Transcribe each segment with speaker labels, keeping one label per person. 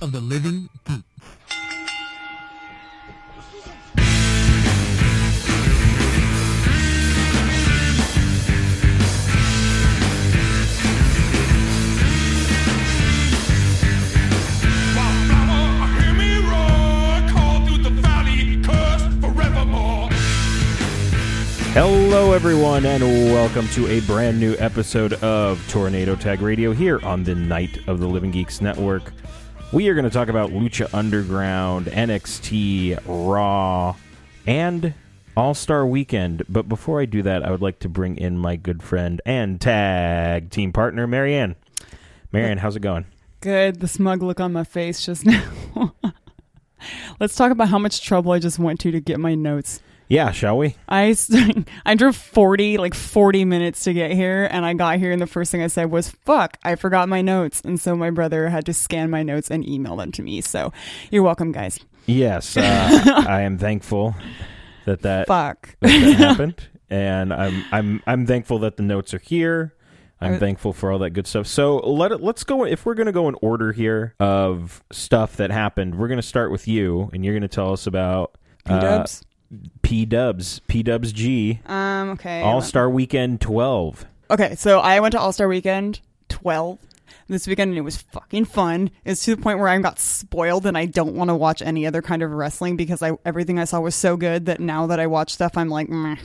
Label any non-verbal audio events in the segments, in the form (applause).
Speaker 1: living boot.
Speaker 2: Hello, everyone, and welcome to a brand new episode of Tornado Tag Radio here on the Night of the Living Geeks Network. We are going to talk about Lucha Underground, NXT, Raw, and All Star Weekend. But before I do that, I would like to bring in my good friend and tag team partner, Marianne. Marianne, how's it going?
Speaker 3: Good. The smug look on my face just (laughs) now. Let's talk about how much trouble I just went to to get my notes.
Speaker 2: Yeah, shall we?
Speaker 3: I s- (laughs) I drove 40 like 40 minutes to get here and I got here and the first thing I said was fuck, I forgot my notes. And so my brother had to scan my notes and email them to me. So you're welcome guys.
Speaker 2: Yes, (laughs) uh, I am thankful that that
Speaker 3: Fuck.
Speaker 2: that,
Speaker 3: (laughs)
Speaker 2: that happened, and I'm I'm I'm thankful that the notes are here. I'm
Speaker 3: Uh,
Speaker 2: thankful for all that good stuff. So let it, let's go. If we're going to go in order here of stuff that happened, we're going to start with you, and you're going to tell us about
Speaker 3: P-dubs.
Speaker 2: P Dubs, P Dubs G,
Speaker 3: um okay.
Speaker 2: All Star Weekend 12.
Speaker 3: Okay, so I went to All Star Weekend 12 this weekend and it was fucking fun. It's to the point where I got spoiled and I don't want to watch any other kind of wrestling because I everything I saw was so good that now that I watch stuff, I'm like, "Meh,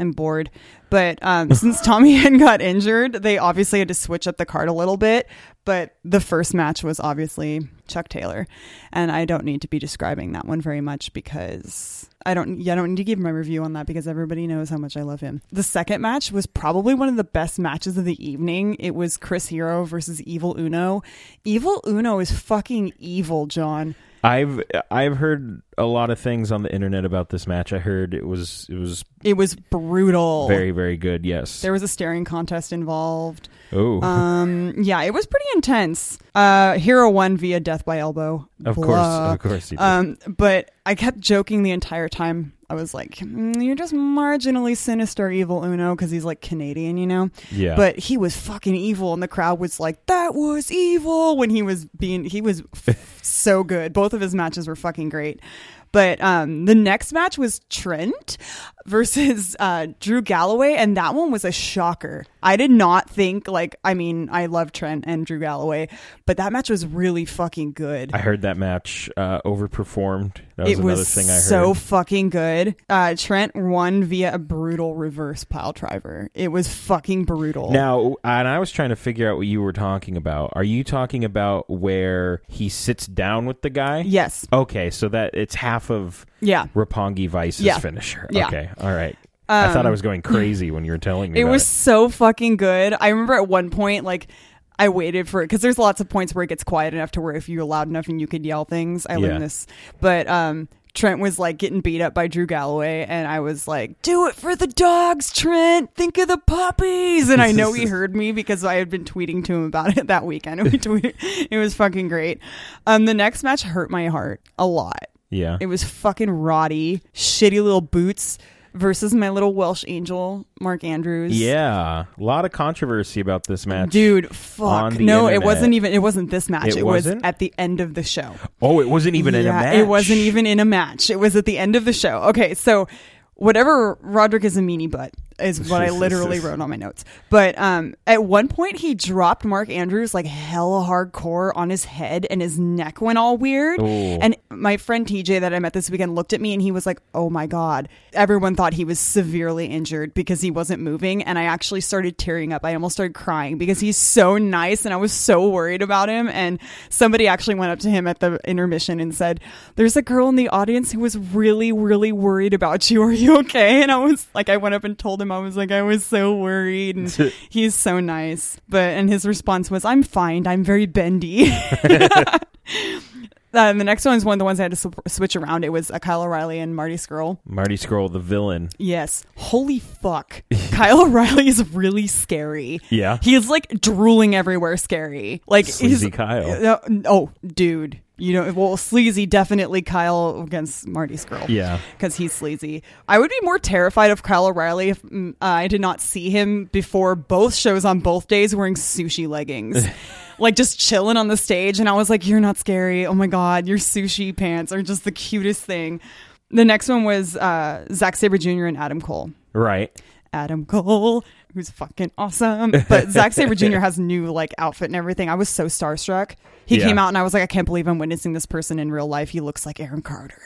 Speaker 3: I'm bored. But um, since Tommy (laughs) Hen got injured, they obviously had to switch up the card a little bit. But the first match was obviously Chuck Taylor, and I don't need to be describing that one very much because I don't. Yeah, I don't need to give my review on that because everybody knows how much I love him. The second match was probably one of the best matches of the evening. It was Chris Hero versus Evil Uno. Evil Uno is fucking evil, John.
Speaker 2: I've I've heard a lot of things on the internet about this match. I heard it was it was
Speaker 3: It was brutal.
Speaker 2: very very good. Yes.
Speaker 3: there was a staring contest involved.
Speaker 2: Oh,
Speaker 3: Um, yeah, it was pretty intense. Uh, Hero won via death by elbow.
Speaker 2: of course,
Speaker 3: Blah.
Speaker 2: of course. he did.
Speaker 3: Um, but I kept joking the entire time. I was like, "Mm, "You're just marginally sinister, evil Uno," because he's like Canadian, you know.
Speaker 2: yeah.
Speaker 3: But he was fucking evil, and the crowd was like, "That was evil!" When he was being, he was f- so good. Both of his matches were fucking great. But um, the next match was Trent versus uh, Drew Galloway, and that one was a shocker. I did not think like, I mean, I love Trent and Drew Galloway, but that match was really fucking good.
Speaker 2: I heard that match uh, overperformed. That was
Speaker 3: It
Speaker 2: another
Speaker 3: was
Speaker 2: thing I heard.
Speaker 3: so fucking good. Uh, Trent won via a brutal reverse pile driver. It was fucking brutal.
Speaker 2: now, and I was trying to figure out what you were talking about. Are you talking about where he sits down with the guy?
Speaker 3: yes,
Speaker 2: Okay, so that it's half of
Speaker 3: yeah,
Speaker 2: Rapongi Vice's
Speaker 3: Yeah.
Speaker 2: finisher.
Speaker 3: Yeah. Um,
Speaker 2: Okay, all right. I thought I was going crazy when you were telling me.
Speaker 3: it
Speaker 2: about
Speaker 3: was so fucking good. I remember at one point, like. I waited for it because there's lots of points where it gets quiet enough to where if you're loud enough and you could yell things. I
Speaker 2: Yeah.
Speaker 3: learned this, but um, Trent was like getting beat up by Drew Galloway, and I was like, "Do it for the dogs, Trent! Think of the puppies!" And I know he heard me because I had been tweeting to him about it (laughs) that weekend. And we tweeted, it was fucking great. Um, the next match hurt my heart a lot.
Speaker 2: yeah.
Speaker 3: It was fucking Roddy, shitty little boots versus my little Welsh angel, Mark Andrews.
Speaker 2: yeah, a lot of controversy about this match,
Speaker 3: Dude,
Speaker 2: on
Speaker 3: fuck.
Speaker 2: the
Speaker 3: No,
Speaker 2: internet.
Speaker 3: it wasn't even it wasn't this match.
Speaker 2: It
Speaker 3: It, was
Speaker 2: wasn't?
Speaker 3: at the end of the show.
Speaker 2: Oh, it wasn't even in a
Speaker 3: Yeah,
Speaker 2: match.
Speaker 3: It wasn't even in a match. It was at the end of the show. Okay, so whatever Roderick is a meanie butt is
Speaker 2: (laughs)
Speaker 3: what I literally wrote on my notes. But um, at one point he dropped Mark Andrews like hella hardcore on his head and his neck went all weird.
Speaker 2: Ooh.
Speaker 3: And my friend TJ that I met this weekend looked at me and he was like, "Oh my god." Everyone thought he was severely injured because he wasn't moving and I actually started tearing up. I almost started crying because he's so nice and I was so worried about him and somebody actually went up to him at the intermission and said, "There's a girl in the audience who was really really worried about you. (laughs) Are you okay?" And I was like I went up and told him I was like I was so worried and he's so nice. But and his response was, "I'm fine. I'm very bendy." (laughs) Um, the next one is one of the ones I had to sw- switch around. It was uh, Kyle O'Reilly and Marty Skrull.
Speaker 2: Marty Scroll, the villain.
Speaker 3: Yes.
Speaker 2: (laughs)
Speaker 3: Holy fuck. Kyle O'Reilly is really scary.
Speaker 2: Yeah.
Speaker 3: He's like drooling everywhere scary. Like
Speaker 2: Sleazy
Speaker 3: he's
Speaker 2: Kyle.
Speaker 3: No, oh, dude. You know, well, sleazy definitely Kyle against Marty Skrull.
Speaker 2: Yeah.
Speaker 3: Because he's sleazy. I would be more terrified of Kyle O'Reilly if mm, I did not see him before both shows on both days wearing sushi leggings. like just chilling on the stage. And I was like, you're not scary. Oh my God, your sushi pants are just the cutest thing. The next one was uh, Zack Sabre Jr. and Adam Cole.
Speaker 2: Right.
Speaker 3: Adam Cole, who's fucking awesome. But
Speaker 2: (laughs)
Speaker 3: Zack Sabre Jr. has new like outfit and everything. I was so starstruck. He
Speaker 2: Yeah.
Speaker 3: came out and I was like, I can't believe I'm witnessing this person in real life. He looks like Aaron Carter.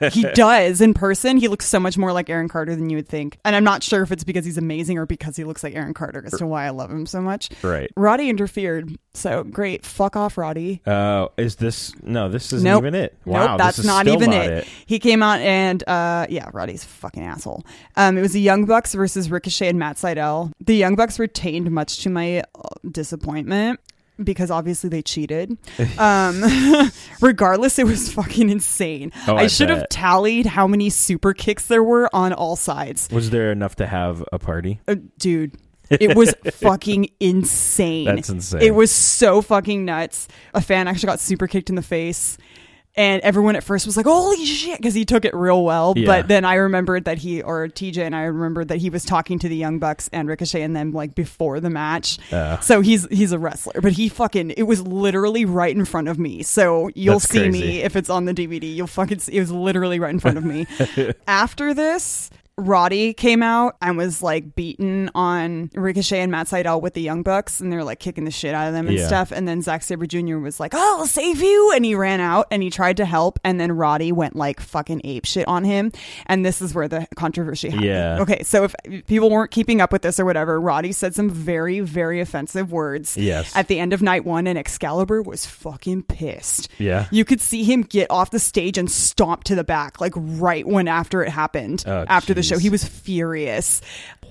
Speaker 2: (laughs)
Speaker 3: he does in person. He looks so much more like Aaron Carter than you would think. And I'm not sure if it's because he's amazing or because he looks like Aaron Carter as to why I love him so much.
Speaker 2: Right.
Speaker 3: Roddy interfered. So great. Fuck off, Roddy.
Speaker 2: Uh, is this no? This isn't
Speaker 3: Nope.
Speaker 2: even it.
Speaker 3: Nope,
Speaker 2: Wow, this
Speaker 3: that's
Speaker 2: is
Speaker 3: not
Speaker 2: still
Speaker 3: even
Speaker 2: not
Speaker 3: it.
Speaker 2: it.
Speaker 3: He came out and uh, yeah, Roddy's a fucking asshole. Um, it was the Young Bucks versus Ricochet and Matt Seidel. The Young Bucks retained, much to my uh, disappointment. Because obviously they (laughs) cheated. Um, (laughs) regardless, it was fucking insane.
Speaker 2: Oh, I
Speaker 3: I should have
Speaker 2: bet.
Speaker 3: tallied how many super kicks there were on all sides.
Speaker 2: Was there enough to have a party?
Speaker 3: Uh, dude
Speaker 2: (laughs)
Speaker 3: it was fucking insane
Speaker 2: That's insane.
Speaker 3: it was so fucking nuts a fan actually got super kicked in the face and everyone at first was like holy shit because he took it real well
Speaker 2: Yeah.
Speaker 3: but then i remembered that he or tj and i remembered that he was talking to the young bucks and ricochet and them like before the match
Speaker 2: Uh.
Speaker 3: so he's he's a wrestler but he fucking it was literally right in front of me so you'll
Speaker 2: That's
Speaker 3: see
Speaker 2: crazy.
Speaker 3: me if it's on the dvd you'll fucking see it was literally right in front
Speaker 2: (laughs)
Speaker 3: of me after this, Roddy came out and was like beaten on Ricochet and Matt Seidel with the Young Bucks, and they were like kicking the shit out of them and
Speaker 2: Yeah.
Speaker 3: stuff. And then Zack Sabre Jr. was like, oh, I'll save you. And he ran out and he tried to help. And then Roddy went like fucking ape shit on him. And this is where the controversy happened.
Speaker 2: Yeah.
Speaker 3: Okay. So if people weren't keeping up with this or whatever, Roddy said some very, very offensive words
Speaker 2: Yes.
Speaker 3: at the end of night one, and Excalibur was fucking pissed.
Speaker 2: Yeah.
Speaker 3: You could see him get off the stage and stomp to the back, like right when after it happened.
Speaker 2: Oh,
Speaker 3: after the
Speaker 2: jeez.
Speaker 3: show, he was furious.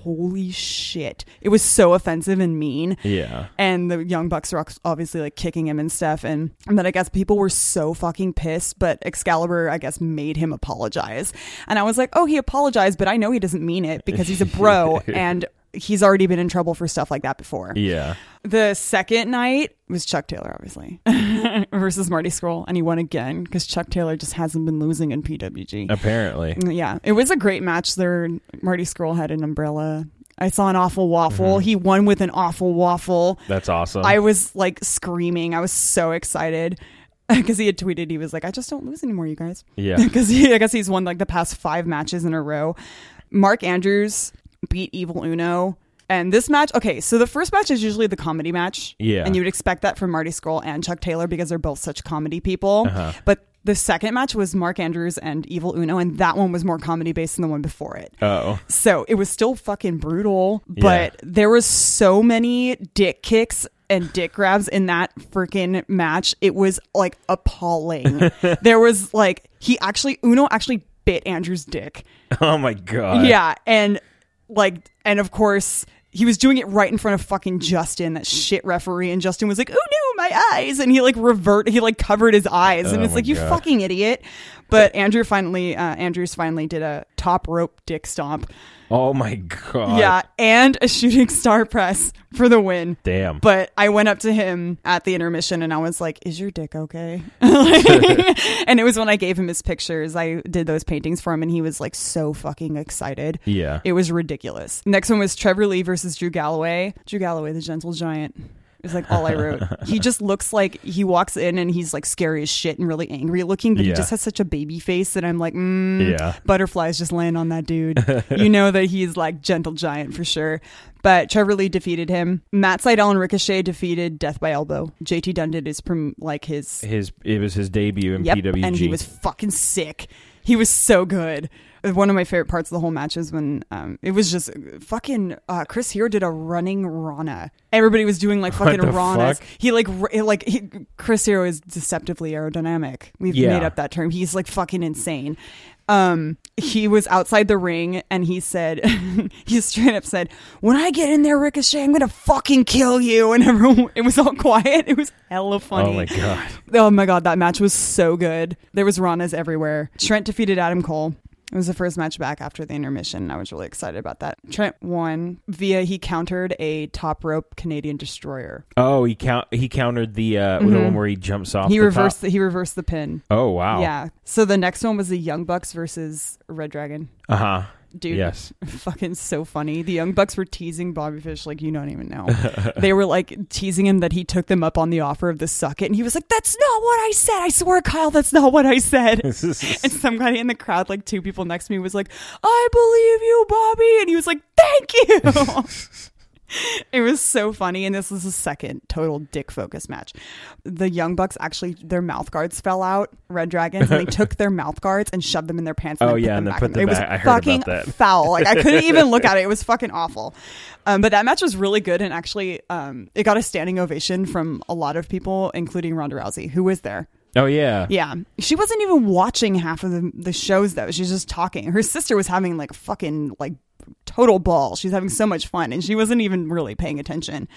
Speaker 3: Holy shit. It was so offensive and mean.
Speaker 2: Yeah.
Speaker 3: And the Young Bucks were obviously like kicking him and stuff. And, and then I guess people were so fucking pissed, but Excalibur, I guess, made him apologize. And I was like, oh, he apologized, but I know he doesn't mean it because he's
Speaker 2: (laughs)
Speaker 3: a bro and he's already been in trouble for stuff like that before.
Speaker 2: Yeah.
Speaker 3: The second night was Chuck Taylor, obviously, (laughs) versus Marty Scroll, and he won again because Chuck Taylor just hasn't been losing in PWG.
Speaker 2: Apparently.
Speaker 3: yeah, it was a great match. There, Marty Scroll had an umbrella. I saw an awful waffle. He won with an awful waffle.
Speaker 2: That's awesome.
Speaker 3: I was like screaming. I was so excited (laughs) because he had tweeted. He was like, "I just don't lose anymore, you guys." (laughs)
Speaker 2: yeah.
Speaker 3: because I guess he's won like the past five matches in a row. Mark Andrews beat Evil Uno. And this match, okay, so the first match is usually the comedy match.
Speaker 2: Yeah.
Speaker 3: And you would expect that from Marty Scroll and Chuck Taylor because they're both such comedy people.
Speaker 2: Uh-huh.
Speaker 3: But the second match was Mark Andrews and Evil Uno, and that one was more comedy based than the one before it.
Speaker 2: Oh.
Speaker 3: So it was still fucking brutal,
Speaker 2: Yeah.
Speaker 3: but there was so many dick kicks and dick grabs in that freaking match. It was like
Speaker 2: (laughs)
Speaker 3: appalling. there was like he actually Uno actually bit Andrew's dick.
Speaker 2: (laughs) Oh my god.
Speaker 3: yeah, and like and of course he was doing it right in front of fucking Justin, that shit referee, and Justin was like, "Oh no, my eyes!" And he like revert, he like covered his eyes, and
Speaker 2: Oh
Speaker 3: it's
Speaker 2: my
Speaker 3: like, "You
Speaker 2: God.
Speaker 3: fucking idiot!" But Andrew finally, uh, Andrews finally did a top rope dick stomp,
Speaker 2: Oh my god.
Speaker 3: yeah, and a shooting star press for the win.
Speaker 2: Damn.
Speaker 3: But I went up to him at the intermission and I was like, "Is your dick okay?" (laughs) and it was when I gave him his pictures. I did those paintings for him, and he was like so fucking excited.
Speaker 2: yeah.
Speaker 3: It was ridiculous. Next one was Trevor Lee versus Drew Galloway. Drew Galloway, the gentle giant. Is like all I
Speaker 2: (laughs)
Speaker 3: wrote. he just looks like he walks in and he's like scary as shit and really angry looking, but
Speaker 2: Yeah.
Speaker 3: he just has such a baby face that I'm like, mm,
Speaker 2: yeah.
Speaker 3: butterflies just land on that dude. you know that he's like gentle giant for sure. But Trevor Lee defeated him. Matt Seidel and Ricochet defeated Death by Elbow. JT Dunn did his prom- like his
Speaker 2: His it was his debut in
Speaker 3: yep,
Speaker 2: PWG.
Speaker 3: and he was fucking sick. He was so good. Uh, One of my favorite parts of the whole match is when um, it was just fucking uh, Chris here did a running Rana. Everybody was doing like fucking
Speaker 2: the
Speaker 3: Ranas.
Speaker 2: fuck?
Speaker 3: He like r- like he, Chris Hero is deceptively aerodynamic. We've
Speaker 2: Yeah.
Speaker 3: made up that term. He's like fucking insane. Um, he was outside the ring and he said, (laughs) he straight up said, "When I get in there, Ricochet, I'm gonna fucking kill you." And everyone, it was all (laughs) quiet. It was hella funny.
Speaker 2: oh my god.
Speaker 3: Oh my god, that match was so good. There was Ranas everywhere. Trent defeated Adam Cole. It was the first match back after the intermission. and I was really excited about that. Trent won via he countered a top rope Canadian destroyer.
Speaker 2: Oh, he count he countered the uh the one where he jumps off
Speaker 3: Mm-hmm. he
Speaker 2: the
Speaker 3: reversed
Speaker 2: top.
Speaker 3: the, he reversed the pin.
Speaker 2: Oh wow.
Speaker 3: Yeah. So the next one was the Young Bucks versus Red Dragon. (laughs)
Speaker 2: Uh-huh.
Speaker 3: Dude,
Speaker 2: Yes.
Speaker 3: fucking so funny. The Young Bucks were teasing Bobby Fish like you don't
Speaker 2: (laughs)
Speaker 3: even know. they were like teasing him that he took them up on the offer of the suck it, and he was like, "That's not what I said. I swear, Kyle, that's not what I said." and somebody in the crowd, like two people next to me, was like, "I believe you, Bobby," and he was like, "Thank you." (laughs) it was so funny, and this was the second total dick focus match. The Young Bucks actually their mouth guards fell out, Red
Speaker 2: (laughs)
Speaker 3: Dragons, and they took their mouth guards and shoved them in their pants. And
Speaker 2: Oh,
Speaker 3: then
Speaker 2: yeah,
Speaker 3: put
Speaker 2: and
Speaker 3: them
Speaker 2: then
Speaker 3: back
Speaker 2: put
Speaker 3: in.
Speaker 2: them
Speaker 3: It was
Speaker 2: back. I heard
Speaker 3: fucking
Speaker 2: about that.
Speaker 3: foul. Like I couldn't even look at it. It was fucking awful. Um, but that match was really good and actually um, it got a standing ovation from a lot of people, including Ronda Rousey, who was there.
Speaker 2: Oh yeah.
Speaker 3: Yeah. She wasn't even watching half of the, the shows though. She's just talking. Her sister was having like fucking like total ball. She's having so much fun and she wasn't even really paying attention.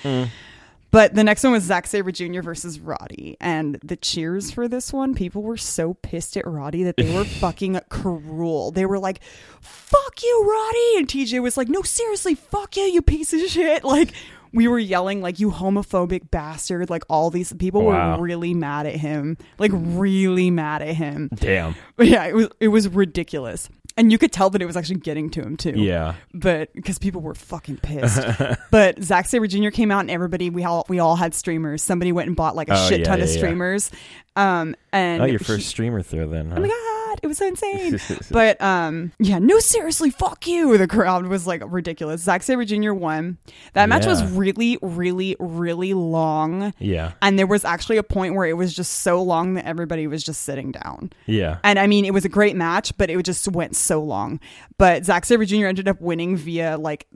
Speaker 3: But the next one was Zack Sabre Jr. versus Roddy. And the cheers for this one, people were so pissed at Roddy that they were fucking cruel. They were like, fuck you, Roddy. And TJ was like, no, seriously, fuck you, you piece of shit. Like, we were yelling, like, you homophobic bastard. Like, all these people
Speaker 2: Wow.
Speaker 3: were really mad at him. Like, really mad at him.
Speaker 2: Damn.
Speaker 3: But yeah, it was, it was ridiculous. And you could tell that it was actually getting to him, too
Speaker 2: Yeah.
Speaker 3: but because people were fucking
Speaker 2: (laughs)
Speaker 3: pissed. but Zack Saber Jr. came out, and everybody we all we all had streamers. Somebody went and bought like a
Speaker 2: Oh,
Speaker 3: shit
Speaker 2: yeah,
Speaker 3: ton of
Speaker 2: yeah, yeah.
Speaker 3: streamers. Um, and
Speaker 2: Oh, your
Speaker 3: he-
Speaker 2: first streamer throw then. Huh?
Speaker 3: oh (laughs) my god, it was
Speaker 2: (laughs)
Speaker 3: so insane. but um, yeah, no, seriously, fuck you. The crowd was like ridiculous. Zack Saber Jr. won. That match was
Speaker 2: Yeah.
Speaker 3: really, really, really long.
Speaker 2: Yeah.
Speaker 3: And there was actually a point where it was just so long that everybody was just sitting down.
Speaker 2: Yeah.
Speaker 3: And I mean, it was a great match, but it just went so long. But Zack Sabre Jr. ended up winning via like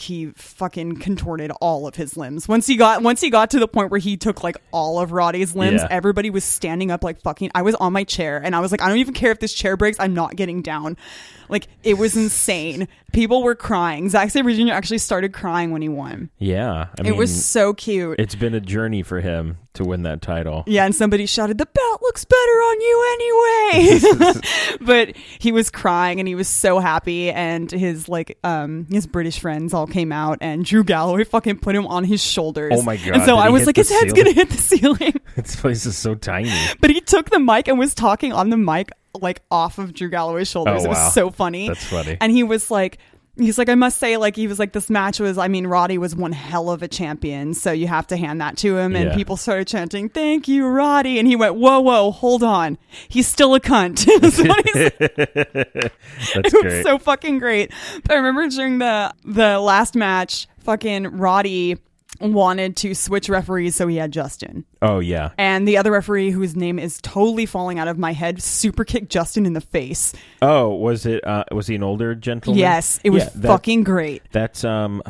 Speaker 3: he fucking contorted all of his limbs. Once he got once he got to the point where he took like all of Roddy's limbs,
Speaker 2: Yeah.
Speaker 3: everybody was standing up like fucking. I was on my chair and I was like, I don't even care if this chair breaks. I'm not getting down. Like it was insane. People were crying. Zack Sabre Jr. actually started crying when he won.
Speaker 2: yeah. I mean,
Speaker 3: it was so cute.
Speaker 2: it's been a journey for him to win that title.
Speaker 3: Yeah, and somebody shouted, "The belt looks better on you anyway." (laughs) but he was crying and he was so happy, and his like um his British friends all came out, and Drew Galloway fucking put him on his shoulders.
Speaker 2: Oh my God,
Speaker 3: And so
Speaker 2: did
Speaker 3: I
Speaker 2: he
Speaker 3: was
Speaker 2: hit
Speaker 3: like,
Speaker 2: the
Speaker 3: his head's
Speaker 2: ceiling?
Speaker 3: gonna hit the (laughs) ceiling.
Speaker 2: This place is so
Speaker 3: (laughs)
Speaker 2: tiny.
Speaker 3: but he took the mic and was talking on the mic like off of Drew Galloway's shoulders.
Speaker 2: Oh,
Speaker 3: It
Speaker 2: wow.
Speaker 3: was so funny.
Speaker 2: That's funny.
Speaker 3: And he was like, he's like, I must say, like, he was like, this match was, I mean, Roddy was one hell of a champion. So you have to hand that to him. And
Speaker 2: Yeah.
Speaker 3: people started chanting, thank you, Roddy. And he went, whoa, whoa, hold on. He's still a cunt. (laughs)
Speaker 2: (laughs)
Speaker 3: That's what he said.
Speaker 2: That's
Speaker 3: It
Speaker 2: great.
Speaker 3: was so fucking great. But I remember during the the last match, fucking Roddy wanted to switch referees so he had Justin.
Speaker 2: oh yeah.
Speaker 3: And the other referee whose name is totally falling out of my head super kicked Justin in the face.
Speaker 2: Oh, was it? Uh, was he an older gentleman?
Speaker 3: Yes, it was
Speaker 2: Yeah, that-
Speaker 3: fucking great.
Speaker 2: That's um.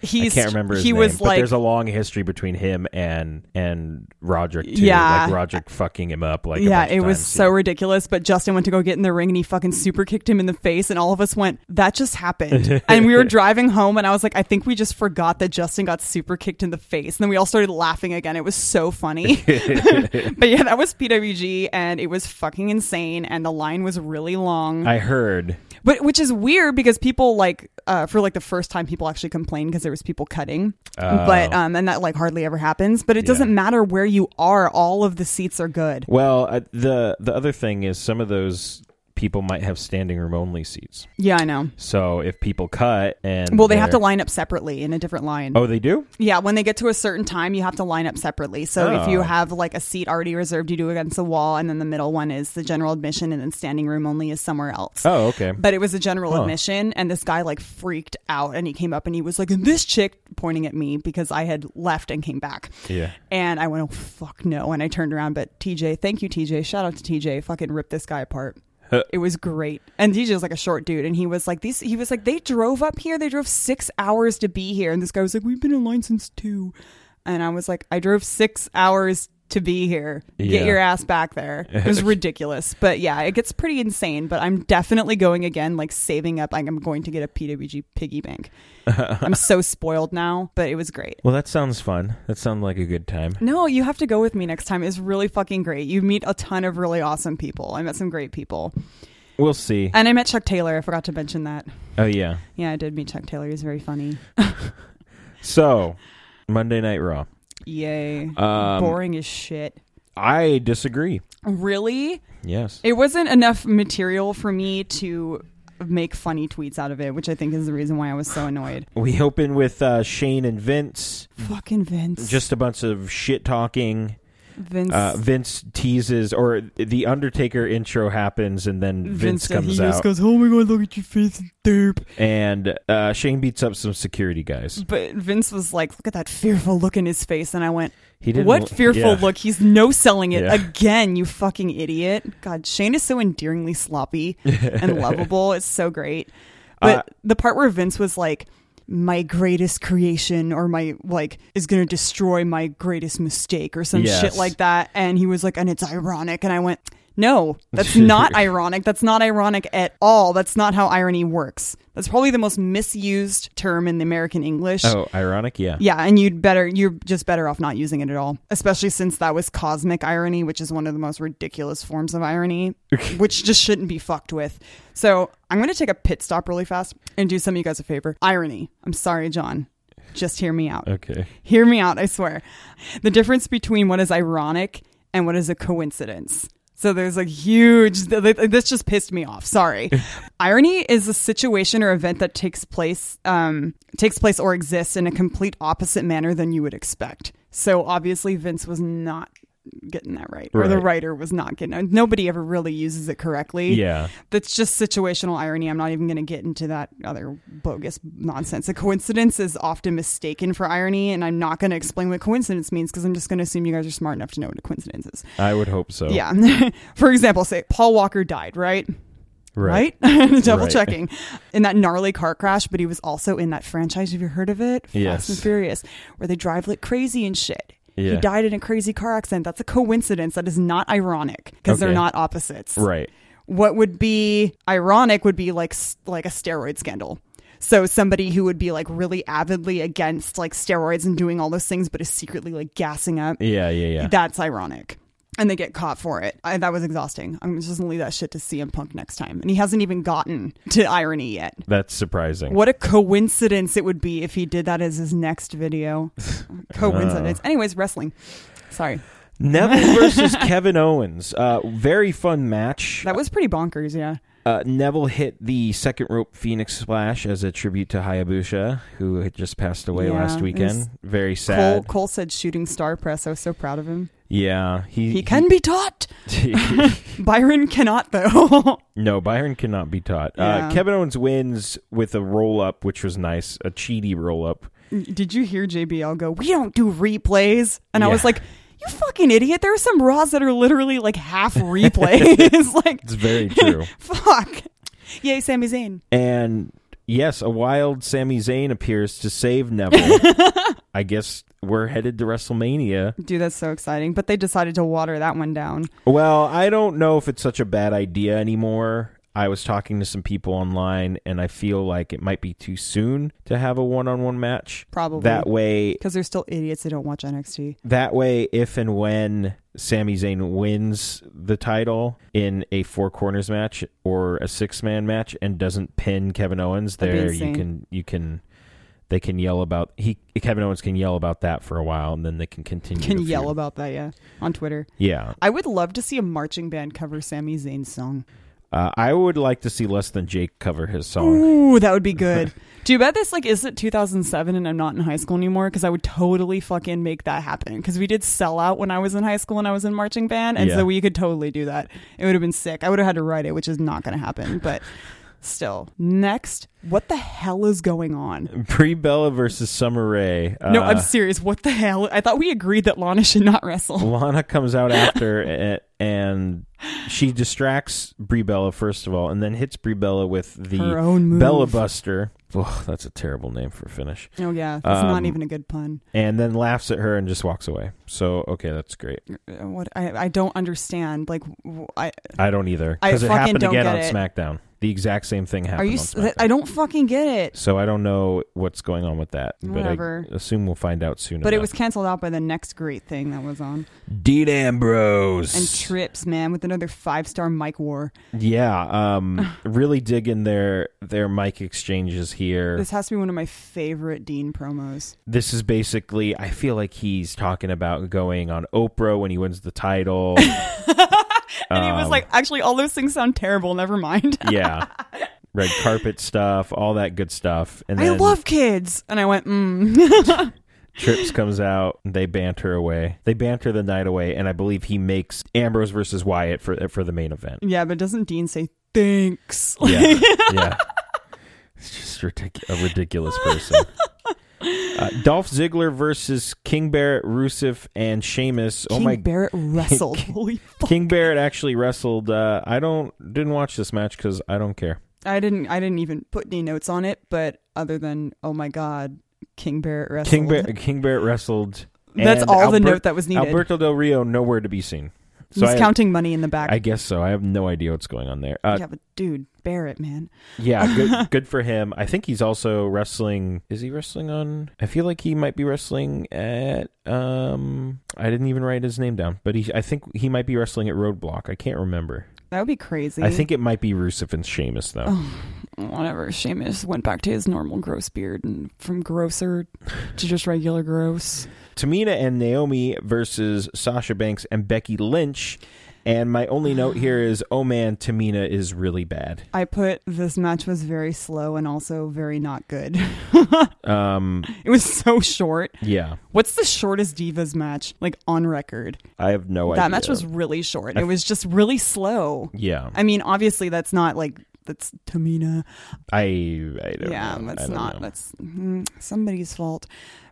Speaker 3: He's
Speaker 2: I can't remember. His
Speaker 3: he
Speaker 2: name,
Speaker 3: was
Speaker 2: but
Speaker 3: like
Speaker 2: there's a long history between him and and Roderick. Too.
Speaker 3: Yeah.
Speaker 2: like Roderick fucking him up. Like a
Speaker 3: yeah,
Speaker 2: bunch of
Speaker 3: it was
Speaker 2: times,
Speaker 3: so
Speaker 2: yeah.
Speaker 3: ridiculous. But Justin went to go get in the ring and he fucking super kicked him in the face. And all of us went, that just happened.
Speaker 2: (laughs)
Speaker 3: and we were driving home and I was like, I think we just forgot that Justin got super kicked in the face. And then we all started laughing again. It was
Speaker 2: (laughs)
Speaker 3: so funny. (laughs) but yeah, that was PWG and it was fucking insane. And the line was really long.
Speaker 2: I heard.
Speaker 3: but which is weird because people like, uh, for like the first time, people actually complained because there was people cutting.
Speaker 2: Oh.
Speaker 3: But, um, and that like hardly ever happens. But it
Speaker 2: Yeah.
Speaker 3: doesn't matter where you are, all of the seats are good.
Speaker 2: Well, uh, the the other thing is some of those people might have standing room only seats.
Speaker 3: Yeah, I know.
Speaker 2: So if people cut and
Speaker 3: Well, they have to
Speaker 2: they're-
Speaker 3: line up separately in a different line.
Speaker 2: Oh, they do.
Speaker 3: Yeah, when they get to a certain time, you have to line up separately. So if you
Speaker 2: Oh.
Speaker 3: have like a seat already reserved, you do against the wall, and then the middle one is the general admission, and then standing room only is somewhere else.
Speaker 2: Oh, okay.
Speaker 3: But it was a general
Speaker 2: Huh.
Speaker 3: admission, and this guy like freaked out, and he came up and he was like, "And this chick," pointing at me because I had left and came back.
Speaker 2: Yeah.
Speaker 3: And I went, "Oh fuck no!" And I turned around, but TJ, thank you, TJ. Shout out to TJ. Fucking ripped this guy apart. It was great. And TJ was like a short dude, and he was like, "These." He was like, "They drove up here. They drove six hours to be here." And this guy was like, "We've been in line since two. And I was like, "I drove six hours." To be here,
Speaker 2: Yeah.
Speaker 3: get your ass back there.
Speaker 2: (laughs)
Speaker 3: It was ridiculous, but yeah, it gets pretty insane. But I'm definitely going again, like saving up. Like I'm going to get a PWG piggy
Speaker 2: (laughs)
Speaker 3: bank. I'm so spoiled now, but it was great.
Speaker 2: Well, that sounds fun. That sounds like a good time.
Speaker 3: No, you have to go with me next time. It's really fucking great. You meet a ton of really awesome people. I met some great people.
Speaker 2: We'll see.
Speaker 3: And I met Chuck Taylor. I forgot to mention that.
Speaker 2: Oh yeah.
Speaker 3: Yeah, I did meet Chuck Taylor. He's very funny.
Speaker 2: So Monday Night Raw.
Speaker 3: Yay.
Speaker 2: Um,
Speaker 3: Boring as shit.
Speaker 2: I disagree.
Speaker 3: Really?
Speaker 2: Yes.
Speaker 3: It wasn't enough material for me to make funny tweets out of it, which I think is the reason why I was so annoyed.
Speaker 2: We open with uh, Shane and Vince,
Speaker 3: Fucking Vince.
Speaker 2: just a bunch of shit talking.
Speaker 3: Vince.
Speaker 2: Uh, Vince teases, or the Undertaker intro happens, and then Vince,
Speaker 3: and
Speaker 2: comes
Speaker 3: he
Speaker 2: out,
Speaker 3: just goes, "Oh my god, look at your face, derp."
Speaker 2: and uh, Shane beats up some security guys.
Speaker 3: But Vince was like, "Look at that fearful look in his face," and I went,
Speaker 2: He didn't.
Speaker 3: "What fearful
Speaker 2: yeah.
Speaker 3: look? He's no selling it
Speaker 2: Yeah.
Speaker 3: again, you fucking idiot!" God, Shane is so endearingly sloppy
Speaker 2: (laughs)
Speaker 3: and lovable. It's so great. But
Speaker 2: Uh,
Speaker 3: the part where Vince was like, "My greatest creation," or my like, is going to destroy my greatest mistake, or some shit
Speaker 2: Yes.
Speaker 3: like that, and he was like, "And it's ironic," and I went.
Speaker 2: (laughs)
Speaker 3: No, that's not ironic. That's not ironic at all. That's not how irony works. That's probably the most misused term in the American English.
Speaker 2: Oh, ironic. Yeah.
Speaker 3: Yeah, and you'd better you're just better off not using it at all, especially since that was cosmic irony, which is one of the most ridiculous forms of irony, which just shouldn't be fucked with. So, I'm going to take a pit stop really fast and do some of you guys a favor. Irony. I'm sorry, John. Just hear me out.
Speaker 2: Okay.
Speaker 3: Hear me out, I swear. The difference between what is ironic and what is a coincidence. So there's a huge, th- th- this just pissed me
Speaker 2: (laughs)
Speaker 3: off. Sorry. Irony is a situation or event that takes place, um, takes place or exists in a complete opposite manner than you would expect. So obviously Vince was not getting that right, or the
Speaker 2: Right.
Speaker 3: writer was not getting it. Nobody ever really uses it correctly.
Speaker 2: Yeah.
Speaker 3: That's just situational irony. I'm not even going to get into that other bogus nonsense. A coincidence is often mistaken for irony, and I'm not going to explain what coincidence means because I'm just going to assume you guys are smart enough to know what a coincidence is.
Speaker 2: I would hope so.
Speaker 3: Yeah. (laughs) for example, say Paul Walker died, right?
Speaker 2: Right.
Speaker 3: (laughs) Double
Speaker 2: Right.
Speaker 3: checking in that gnarly car crash, but he was also in that franchise. Have you heard of it? Fast
Speaker 2: Yes.
Speaker 3: and Furious, where they drive like crazy and shit.
Speaker 2: Yeah.
Speaker 3: He died in a crazy car accident. That's a coincidence. That is not ironic because they're
Speaker 2: Okay.
Speaker 3: not opposites
Speaker 2: Right.
Speaker 3: what would be ironic would be like s- like a steroid scandal so somebody who would be like really avidly against like steroids and doing all those things but is secretly like gassing up
Speaker 2: Yeah. Yeah. Yeah.
Speaker 3: that's ironic and they get caught for it I, that was exhausting i'm just gonna leave that shit to cm punk next time and he hasn't even gotten to irony yet
Speaker 2: That's surprising.
Speaker 3: what a coincidence it would be if he did that as his next
Speaker 2: (laughs)
Speaker 3: video coincidence anyways wrestling sorry (laughs)
Speaker 2: Neville versus Kevin Owens. Uh, very fun match.
Speaker 3: that was pretty bonkers yeah
Speaker 2: Uh, Neville hit the second rope Phoenix Splash as a tribute to Hayabusa, who had just passed away
Speaker 3: Yeah,
Speaker 2: last
Speaker 3: it
Speaker 2: weekend.
Speaker 3: was
Speaker 2: Very
Speaker 3: cole,
Speaker 2: sad.
Speaker 3: cole said shooting star press i was so proud of him
Speaker 2: Yeah, he (laughs)
Speaker 3: he can be taught Byron cannot though.
Speaker 2: no, Byron cannot be taught. Uh,
Speaker 3: Yeah.
Speaker 2: Kevin Owens wins with a roll up, which was nice, a cheaty roll up.
Speaker 3: (laughs) Did you hear JBL go, "We don't do replays?" And I was
Speaker 2: Yeah.
Speaker 3: like, "You fucking idiot. There are some Raws that are literally like (laughs) half replays." (laughs) like,
Speaker 2: It's very
Speaker 3: (laughs)
Speaker 2: true.
Speaker 3: fuck. Yay, Sami Zayn.
Speaker 2: and yes, a wild Sami Zayn appears to save
Speaker 3: (laughs)
Speaker 2: Neville. I guess we're headed to WrestleMania.
Speaker 3: Dude, that's so exciting. But they decided to water that one down.
Speaker 2: Well, I don't know if it's such a bad idea anymore. I was talking to some people online, and I feel like it might be too soon to have a one-on-one match.
Speaker 3: Probably.
Speaker 2: that way.
Speaker 3: Because they're still idiots that don't watch NXT.
Speaker 2: That way, if and when Sami Zayn wins the title in a four corners match or a six man match and doesn't pin Kevin Owens,
Speaker 3: That'd be
Speaker 2: there you
Speaker 3: insane.
Speaker 2: can you can they can yell about he Kevin Owens can yell about that for a while, and then they can continue.
Speaker 3: Can
Speaker 2: the
Speaker 3: yell
Speaker 2: feud.
Speaker 3: about that, yeah. On Twitter.
Speaker 2: yeah.
Speaker 3: I would love to see a marching band cover Sami Zayn's song.
Speaker 2: Uh, I would like to see less than Jake cover his song.
Speaker 3: Ooh, that
Speaker 2: (laughs)
Speaker 3: would be good. Do you bet this like is it 2007 and I'm not in high school anymore? Because I would totally fucking make that happen. Because we did sell out when I was in high school and I was in marching band, and
Speaker 2: Yeah.
Speaker 3: so we could totally do that. It would have been sick. I would have had to write it, which is not going to happen. But still, next, what the hell is going on?
Speaker 2: Pre Bella versus Summer Rae. Uh,
Speaker 3: no, I'm serious. What the hell? I thought we agreed that Lana should
Speaker 2: (laughs)
Speaker 3: not wrestle.
Speaker 2: Lana comes out
Speaker 3: (laughs)
Speaker 2: after a- and she distracts Brie Bella first of all, and then hits Brie Bella with
Speaker 3: Her
Speaker 2: the
Speaker 3: own move.
Speaker 2: Bella Buster. Oh, that's a terrible name for a finish.
Speaker 3: Oh yeah, that's not
Speaker 2: Um,
Speaker 3: even a good pun.
Speaker 2: And then laughs at her and just walks away. So okay, that's great.
Speaker 3: Uh, What I, I don't understand. Like, w- I
Speaker 2: I don't either
Speaker 3: I
Speaker 2: because it
Speaker 3: fucking
Speaker 2: happened
Speaker 3: don't
Speaker 2: again
Speaker 3: get
Speaker 2: on
Speaker 3: it.
Speaker 2: SmackDown. The exact same thing happened.
Speaker 3: are you?
Speaker 2: On
Speaker 3: s-
Speaker 2: SmackDown.
Speaker 3: I don't fucking get it.
Speaker 2: so I don't know what's going on with that,
Speaker 3: Whatever.
Speaker 2: but I assume we'll find out soon.
Speaker 3: But it
Speaker 2: enough.
Speaker 3: was canceled out by the next great thing that was on.
Speaker 2: Dean Ambrose (laughs)
Speaker 3: And Trips, man, with another five star Mike War.
Speaker 2: Yeah,
Speaker 3: (laughs)
Speaker 2: um, really digging their their mic exchanges here.
Speaker 3: This
Speaker 2: This,
Speaker 3: has to be one of my favorite Dean promos.
Speaker 2: is basically, I feel like he's talking about going on Oprah when he wins the
Speaker 3: (laughs)
Speaker 2: title.
Speaker 3: And he was
Speaker 2: Um,
Speaker 3: like, actually, all those things sound terrible. Never mind. (laughs)
Speaker 2: yeah, red carpet stuff, all that good stuff. And
Speaker 3: I
Speaker 2: then
Speaker 3: love kids. And I went, mm. (laughs)
Speaker 2: Trips comes out. They banter away. They banter the night away, and I believe he makes Ambrose versus Wyatt for for the main event.
Speaker 3: yeah, but doesn't Dean say thanks? (laughs)
Speaker 2: Yeah, yeah. It's just ridic- a ridiculous person. Uh, Dolph Ziggler versus King Barrett, Rusev, and Sheamus. oh
Speaker 3: King
Speaker 2: my! (laughs)
Speaker 3: Barrett wrestled. Holy fuck.
Speaker 2: King Barrett actually wrestled. Uh, I don't didn't watch this match because I don't care.
Speaker 3: I didn't I didn't even put any notes on it, but other than oh my god, King Barrett wrestled.
Speaker 2: King Barrett, King Barrett wrestled.
Speaker 3: (laughs) That's
Speaker 2: and
Speaker 3: all the
Speaker 2: Albert-
Speaker 3: note that was needed.
Speaker 2: Alberto Del Rio nowhere to be seen. So
Speaker 3: He's
Speaker 2: I,
Speaker 3: counting money in the back.
Speaker 2: I guess so. I have no idea what's going on there. Uh,
Speaker 3: yeah, but dude, Barrett, man.
Speaker 2: Yeah,
Speaker 3: (laughs)
Speaker 2: good, good for him. I think he's also wrestling. Is he wrestling on? I feel like he might be wrestling at. Um, I didn't even write his name down, but he. I think he might be wrestling at Roadblock. I can't remember.
Speaker 3: That would be crazy.
Speaker 2: I think it might be Rusev and Sheamus though.
Speaker 3: Oh. whatever. Seamus went back to his normal gross beard and from grosser to just regular gross.
Speaker 2: Tamina and Naomi versus Sasha Banks and Becky Lynch. And my only
Speaker 3: (gasps)
Speaker 2: note here is, oh man, Tamina is really bad.
Speaker 3: (laughs) I put this match was very slow and also very not good. (laughs)
Speaker 2: Um,
Speaker 3: it was so short.
Speaker 2: yeah,
Speaker 3: What's the shortest divas match like on record?
Speaker 2: I have no idea.
Speaker 3: that match was really short. and It was just really slow.
Speaker 2: Yeah,
Speaker 3: I mean, obviously that's not like that's Tamina.
Speaker 2: I. I don't
Speaker 3: Yeah,
Speaker 2: know. I
Speaker 3: that's
Speaker 2: don't
Speaker 3: not
Speaker 2: know.
Speaker 3: that's mm, somebody's fault.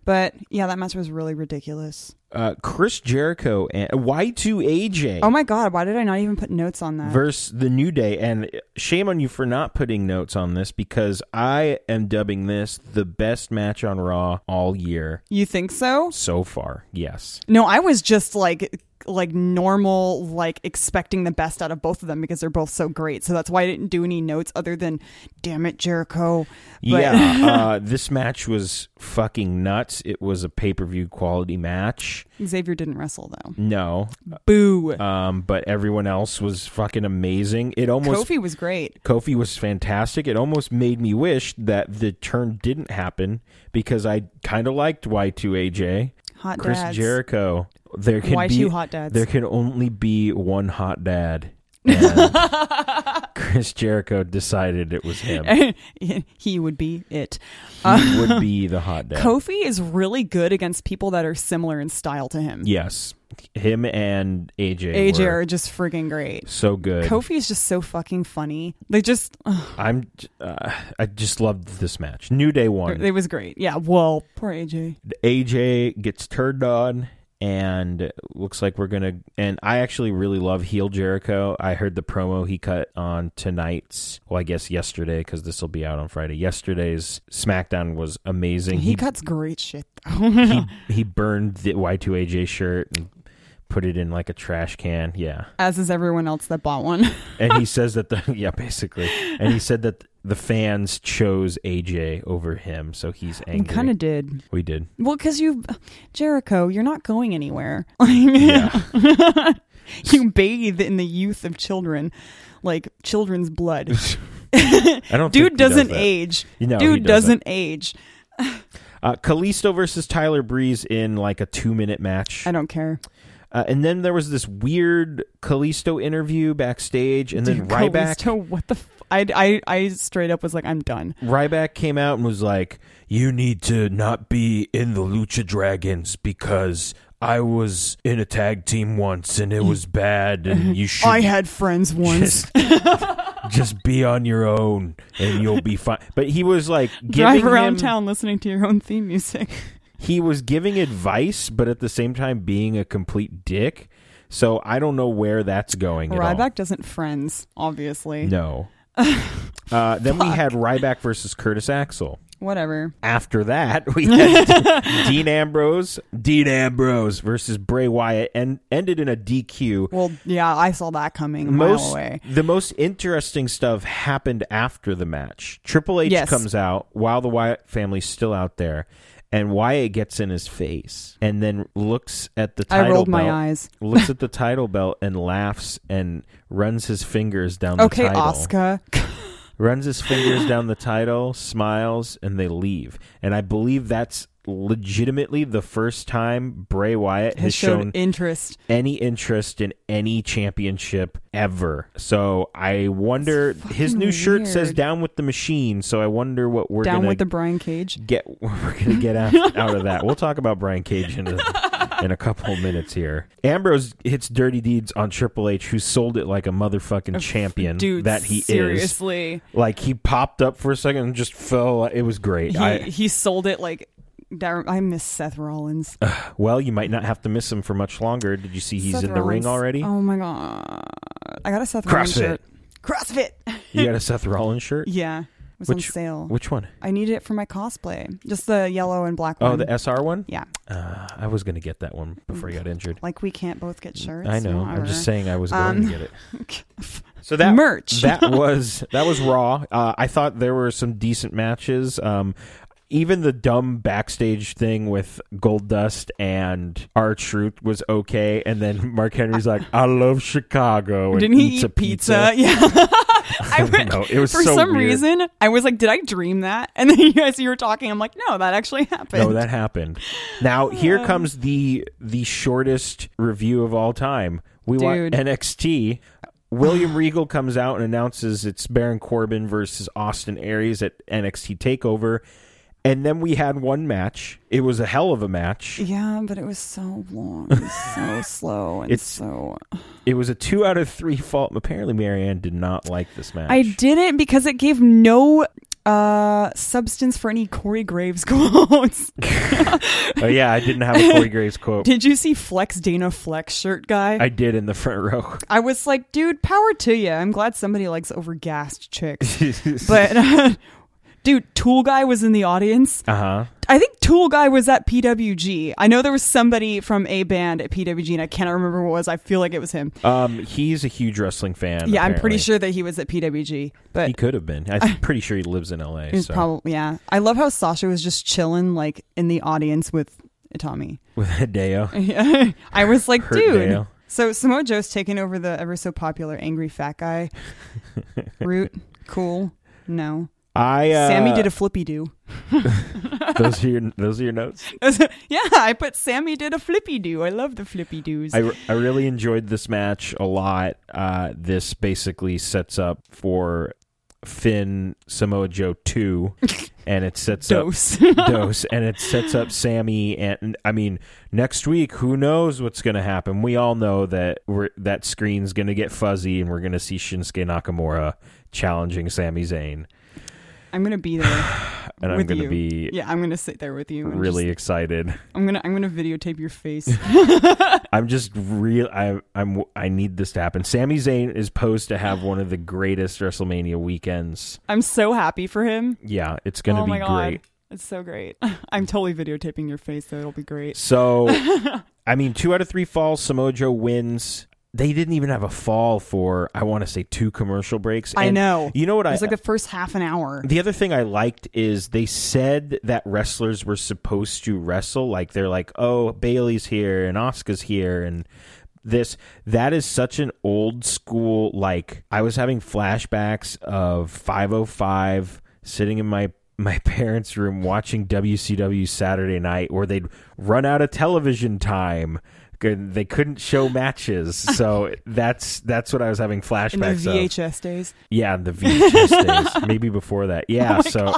Speaker 3: But yeah, that match was really ridiculous.
Speaker 2: uh, Chris Jericho and Y2AJ
Speaker 3: Oh my god, why did I not even put notes on that?
Speaker 2: versus The New Day. And shame on you for not putting notes on this because I am dubbing this the best match on Raw all year
Speaker 3: you think so?
Speaker 2: so far. Yes.
Speaker 3: No, I was just like like normal like expecting the best out of both of them because they're both so great. So that's why I didn't do any notes other than damn it Jericho. But
Speaker 2: yeah. uh, this match was fucking nuts. It was a pay per view quality match.
Speaker 3: (laughs) Xavier didn't wrestle though.
Speaker 2: No.
Speaker 3: Boo.
Speaker 2: Um, but everyone else was fucking amazing. It almost.
Speaker 3: Kofi was great.
Speaker 2: Kofi was fantastic. It almost made me wish that the turn didn't happen because I kind of liked Y2AJ.
Speaker 3: Hot
Speaker 2: Chris
Speaker 3: dads.
Speaker 2: Jericho. There can
Speaker 3: Why
Speaker 2: be
Speaker 3: two hot dads?
Speaker 2: there can only be one hot
Speaker 3: (laughs)
Speaker 2: dad. And Chris Jericho decided it was him.
Speaker 3: (laughs) he would be it. Uh,
Speaker 2: He would be the hot dad.
Speaker 3: Kofi is really good against people that are similar in style to him.
Speaker 2: yes, him and AJ.
Speaker 3: AJ
Speaker 2: were
Speaker 3: are just friggin' great.
Speaker 2: so good.
Speaker 3: Kofi is just so fucking funny. They just (laughs) ugh,
Speaker 2: I'm. Uh, I just loved this match. New Day won.
Speaker 3: it was great. Yeah, well, poor AJ.
Speaker 2: AJ gets turned on. And looks like we're gonna. And I actually really love heel Jericho. I heard the promo he cut on tonight's. Well, I guess yesterday because this will be out on Friday. Yesterday's SmackDown was amazing.
Speaker 3: He cuts great shit though.
Speaker 2: he he burned the Y2AJ shirt and put it in like a trash can. Yeah.
Speaker 3: As is everyone else that bought one. (laughs)
Speaker 2: And he says that the (laughs) yeah, basically. And he said that the fans chose AJ over him, so he's
Speaker 3: We
Speaker 2: angry.
Speaker 3: kind of did.
Speaker 2: we
Speaker 3: (laughs)
Speaker 2: did.
Speaker 3: Well, because you, Jericho, you're not going anywhere. (laughs)
Speaker 2: Yeah.
Speaker 3: you bathe in the youth of children, like
Speaker 2: (laughs)
Speaker 3: children's blood.
Speaker 2: I don't think
Speaker 3: Dude
Speaker 2: he
Speaker 3: doesn't
Speaker 2: does that.
Speaker 3: age.
Speaker 2: No, he
Speaker 3: Dude
Speaker 2: doesn't.
Speaker 3: doesn't age.
Speaker 2: Uh Kalisto versus Tyler Breeze in like a 2-minute match.
Speaker 3: I don't care.
Speaker 2: Uh, and then there was this weird Kalisto interview backstage and then
Speaker 3: Dude,
Speaker 2: Ryback
Speaker 3: Kalisto, what the? F- I, I I straight up was like, I'm done.
Speaker 2: Ryback came out and was like, "You need to not be in the Lucha Dragons because I was in a tag team once and it was bad, and you should
Speaker 3: Mhm. I had friends once.
Speaker 2: (laughs) just, just be on your own and you'll be fine." But he was like giving
Speaker 3: (laughs) Drive around
Speaker 2: him-
Speaker 3: town listening to your own
Speaker 2: (laughs)
Speaker 3: theme music.
Speaker 2: He was giving advice, but at the same time being a complete dick. So I don't know where that's going. at all.
Speaker 3: Ryback doesn't friends, obviously.
Speaker 2: no. uh, then we had Ryback versus Curtis Axel.
Speaker 3: Whatever.
Speaker 2: after that, we had Dean Ambrose, Dean Ambrose versus Bray Wyatt, and ended in a DQ.
Speaker 3: Well, yeah, I saw that coming a mile
Speaker 2: Most
Speaker 3: away.
Speaker 2: the most interesting stuff happened after the match. Triple H
Speaker 3: Yes.
Speaker 2: comes out while the Wyatt family's still out there, and Wyatt gets in his face and then looks at the
Speaker 3: I
Speaker 2: title
Speaker 3: rolled my
Speaker 2: belt,
Speaker 3: eyes. (laughs)
Speaker 2: looks at the title belt and laughs and runs his fingers down
Speaker 3: Okay,
Speaker 2: the title
Speaker 3: Oscar. (laughs)
Speaker 2: runs his fingers down the title, smiles, and they leave. And I believe that's legitimately the first time Bray Wyatt has,
Speaker 3: has showed
Speaker 2: shown
Speaker 3: interest.
Speaker 2: any interest in any championship ever. So I wonder.
Speaker 3: That's
Speaker 2: His new
Speaker 3: fucking
Speaker 2: shirt says
Speaker 3: weird.
Speaker 2: "Down with the Machine," so I wonder what we're
Speaker 3: down
Speaker 2: gonna
Speaker 3: with the Brian Cage.
Speaker 2: get. (laughs) We're gonna get out, out of that. We'll talk about Brian Cage in a,
Speaker 3: (laughs)
Speaker 2: in a couple minutes here. Ambrose hits dirty deeds on Triple H, who sold it like a motherfucking champion
Speaker 3: Dude,
Speaker 2: that he is.
Speaker 3: seriously.
Speaker 2: Like he popped up for a second and just fell. It was great.
Speaker 3: He,
Speaker 2: I,
Speaker 3: he sold it like. that- I miss Seth Rollins.
Speaker 2: well, you might not have to miss him for much longer. Did you see Uh, he's
Speaker 3: Seth
Speaker 2: in the ring
Speaker 3: Rollins.
Speaker 2: already?
Speaker 3: Oh my god! I got a Seth Rollins
Speaker 2: CrossFit.
Speaker 3: shirt. CrossFit.
Speaker 2: You got a Seth Rollins
Speaker 3: (laughs)
Speaker 2: shirt?
Speaker 3: yeah, it was on sale.
Speaker 2: Which one?
Speaker 3: I need it for my cosplay. Just the yellow and black one.
Speaker 2: Oh, the SR one.
Speaker 3: yeah.
Speaker 2: Uh, I was gonna get that one before he got injured.
Speaker 3: Like we can't both get shirts.
Speaker 2: Mm, I know. I'm
Speaker 3: whatever.
Speaker 2: just saying I was going
Speaker 3: Um,
Speaker 2: to get it.
Speaker 3: (laughs)
Speaker 2: So that
Speaker 3: Merch.
Speaker 2: that was that was raw. Uh, I thought there were some decent matches. Um, even the dumb backstage thing with Gold Dust and R Truth was okay. And then Mark Henry's like, "I love Chicago." And
Speaker 3: Didn't he
Speaker 2: eats a
Speaker 3: eat pizza? (laughs)
Speaker 2: (laughs)
Speaker 3: Yeah. I
Speaker 2: don't know. It was
Speaker 3: for
Speaker 2: so
Speaker 3: some
Speaker 2: weird.
Speaker 3: reason I was like, did I dream that? And then (laughs) you guys you were talking, I'm like, no, that actually happened. Oh.
Speaker 2: No, that
Speaker 3: (laughs)
Speaker 2: happened. Now here comes the the shortest review of all time. We want
Speaker 3: Dude.
Speaker 2: NXT.
Speaker 3: (sighs)
Speaker 2: William Regal comes out and announces it's Baron Corbin versus Austin Aries at NXT Takeover, and then we had one match. It was a hell of a match.
Speaker 3: yeah, but it was so long, and so
Speaker 2: (laughs)
Speaker 3: slow, and
Speaker 2: It's-
Speaker 3: so.
Speaker 2: It was a two out of three fault. Apparently, Marianne did not like this match.
Speaker 3: I did it because it gave no uh substance for any Corey Graves (laughs) quotes.
Speaker 2: oh yeah, I didn't have a
Speaker 3: (laughs)
Speaker 2: Corey Graves quote.
Speaker 3: did you see Flex Dana Flex shirt guy?
Speaker 2: I did in the front
Speaker 3: (laughs)
Speaker 2: row. (laughs)
Speaker 3: I was like, dude, power to you. I'm glad somebody likes overgassed chicks.
Speaker 2: (laughs) Uh-huh.
Speaker 3: But (laughs) uh, dude, Tool Guy was in the audience.
Speaker 2: uh huh.
Speaker 3: I think Tool Guy was at PWG. I know there was somebody from a band at PWG, and I cannot remember what it was. I feel like it was him.
Speaker 2: Um, he's a huge wrestling fan.
Speaker 3: yeah, I'm pretty
Speaker 2: apparently.
Speaker 3: sure that he was at PWG, but
Speaker 2: He could have been.
Speaker 3: uh,
Speaker 2: I'm pretty sure he lives in L.A.
Speaker 3: it was
Speaker 2: so.
Speaker 3: probably yeah. I love how Sasha was just chilling like in the audience with Itami.
Speaker 2: (laughs)
Speaker 3: (laughs)
Speaker 2: with Hideo.
Speaker 3: I was like,
Speaker 2: Hurt
Speaker 3: dude.
Speaker 2: Dale.
Speaker 3: So Samoa Joe's taking over the ever so popular angry
Speaker 2: (laughs)
Speaker 3: fat guy route. Cool. No.
Speaker 2: I uh,
Speaker 3: Sammy did a flippy do.
Speaker 2: (laughs) those are your those are your notes.
Speaker 3: (laughs) yeah, I put Sammy did a flippy do. I love the flippy doos.
Speaker 2: I, I really enjoyed this match a lot. Uh, this basically sets up for Finn Samoa Joe
Speaker 3: (laughs)
Speaker 2: two, and it sets up
Speaker 3: Dose.
Speaker 2: (laughs) dose, and it sets up Sammy. And I mean, next week, who knows what's going to happen? We all know that we're that screen's going to get fuzzy, and we're going to see Shinsuke Nakamura challenging Sami Zayn,
Speaker 3: (laughs) I'm gonna be there.
Speaker 2: (sighs) and I'm
Speaker 3: With
Speaker 2: going to
Speaker 3: you.
Speaker 2: be
Speaker 3: Yeah, I'm gonna sit there with you. And
Speaker 2: really
Speaker 3: just-
Speaker 2: excited.
Speaker 3: I'm gonna I'm gonna videotape your face. (laughs)
Speaker 2: I'm just real. I, I'm. I need this to happen. Sami Zayn is posed to have one of the greatest WrestleMania weekends.
Speaker 3: I'm so happy for him.
Speaker 2: Yeah, it's going to
Speaker 3: oh
Speaker 2: be
Speaker 3: my god,
Speaker 2: great.
Speaker 3: it's so great. (laughs) I'm totally videotaping your face, so it'll be great. (laughs)
Speaker 2: So, I mean, two out of three falls. Samoa Joe wins. They didn't even have a fall for. I want to say two commercial breaks.
Speaker 3: I
Speaker 2: And
Speaker 3: know.
Speaker 2: You know what? I
Speaker 3: It's like the first half an hour.
Speaker 2: The other thing I liked is they said that wrestlers were supposed to wrestle. Like they're like, oh, Bailey's here and Oscar's here and this. That is such an old school. Like I was having flashbacks of 505 sitting in my (laughs) my parents' room watching WCW Saturday night, where they'd run out of television time. Good- They couldn't show matches,
Speaker 3: (laughs)
Speaker 2: so that's that's what I was having flashbacks
Speaker 3: In the
Speaker 2: of.
Speaker 3: VHS days. (laughs)
Speaker 2: Yeah, the VHS days, maybe before that.
Speaker 3: Oh
Speaker 2: Yeah, so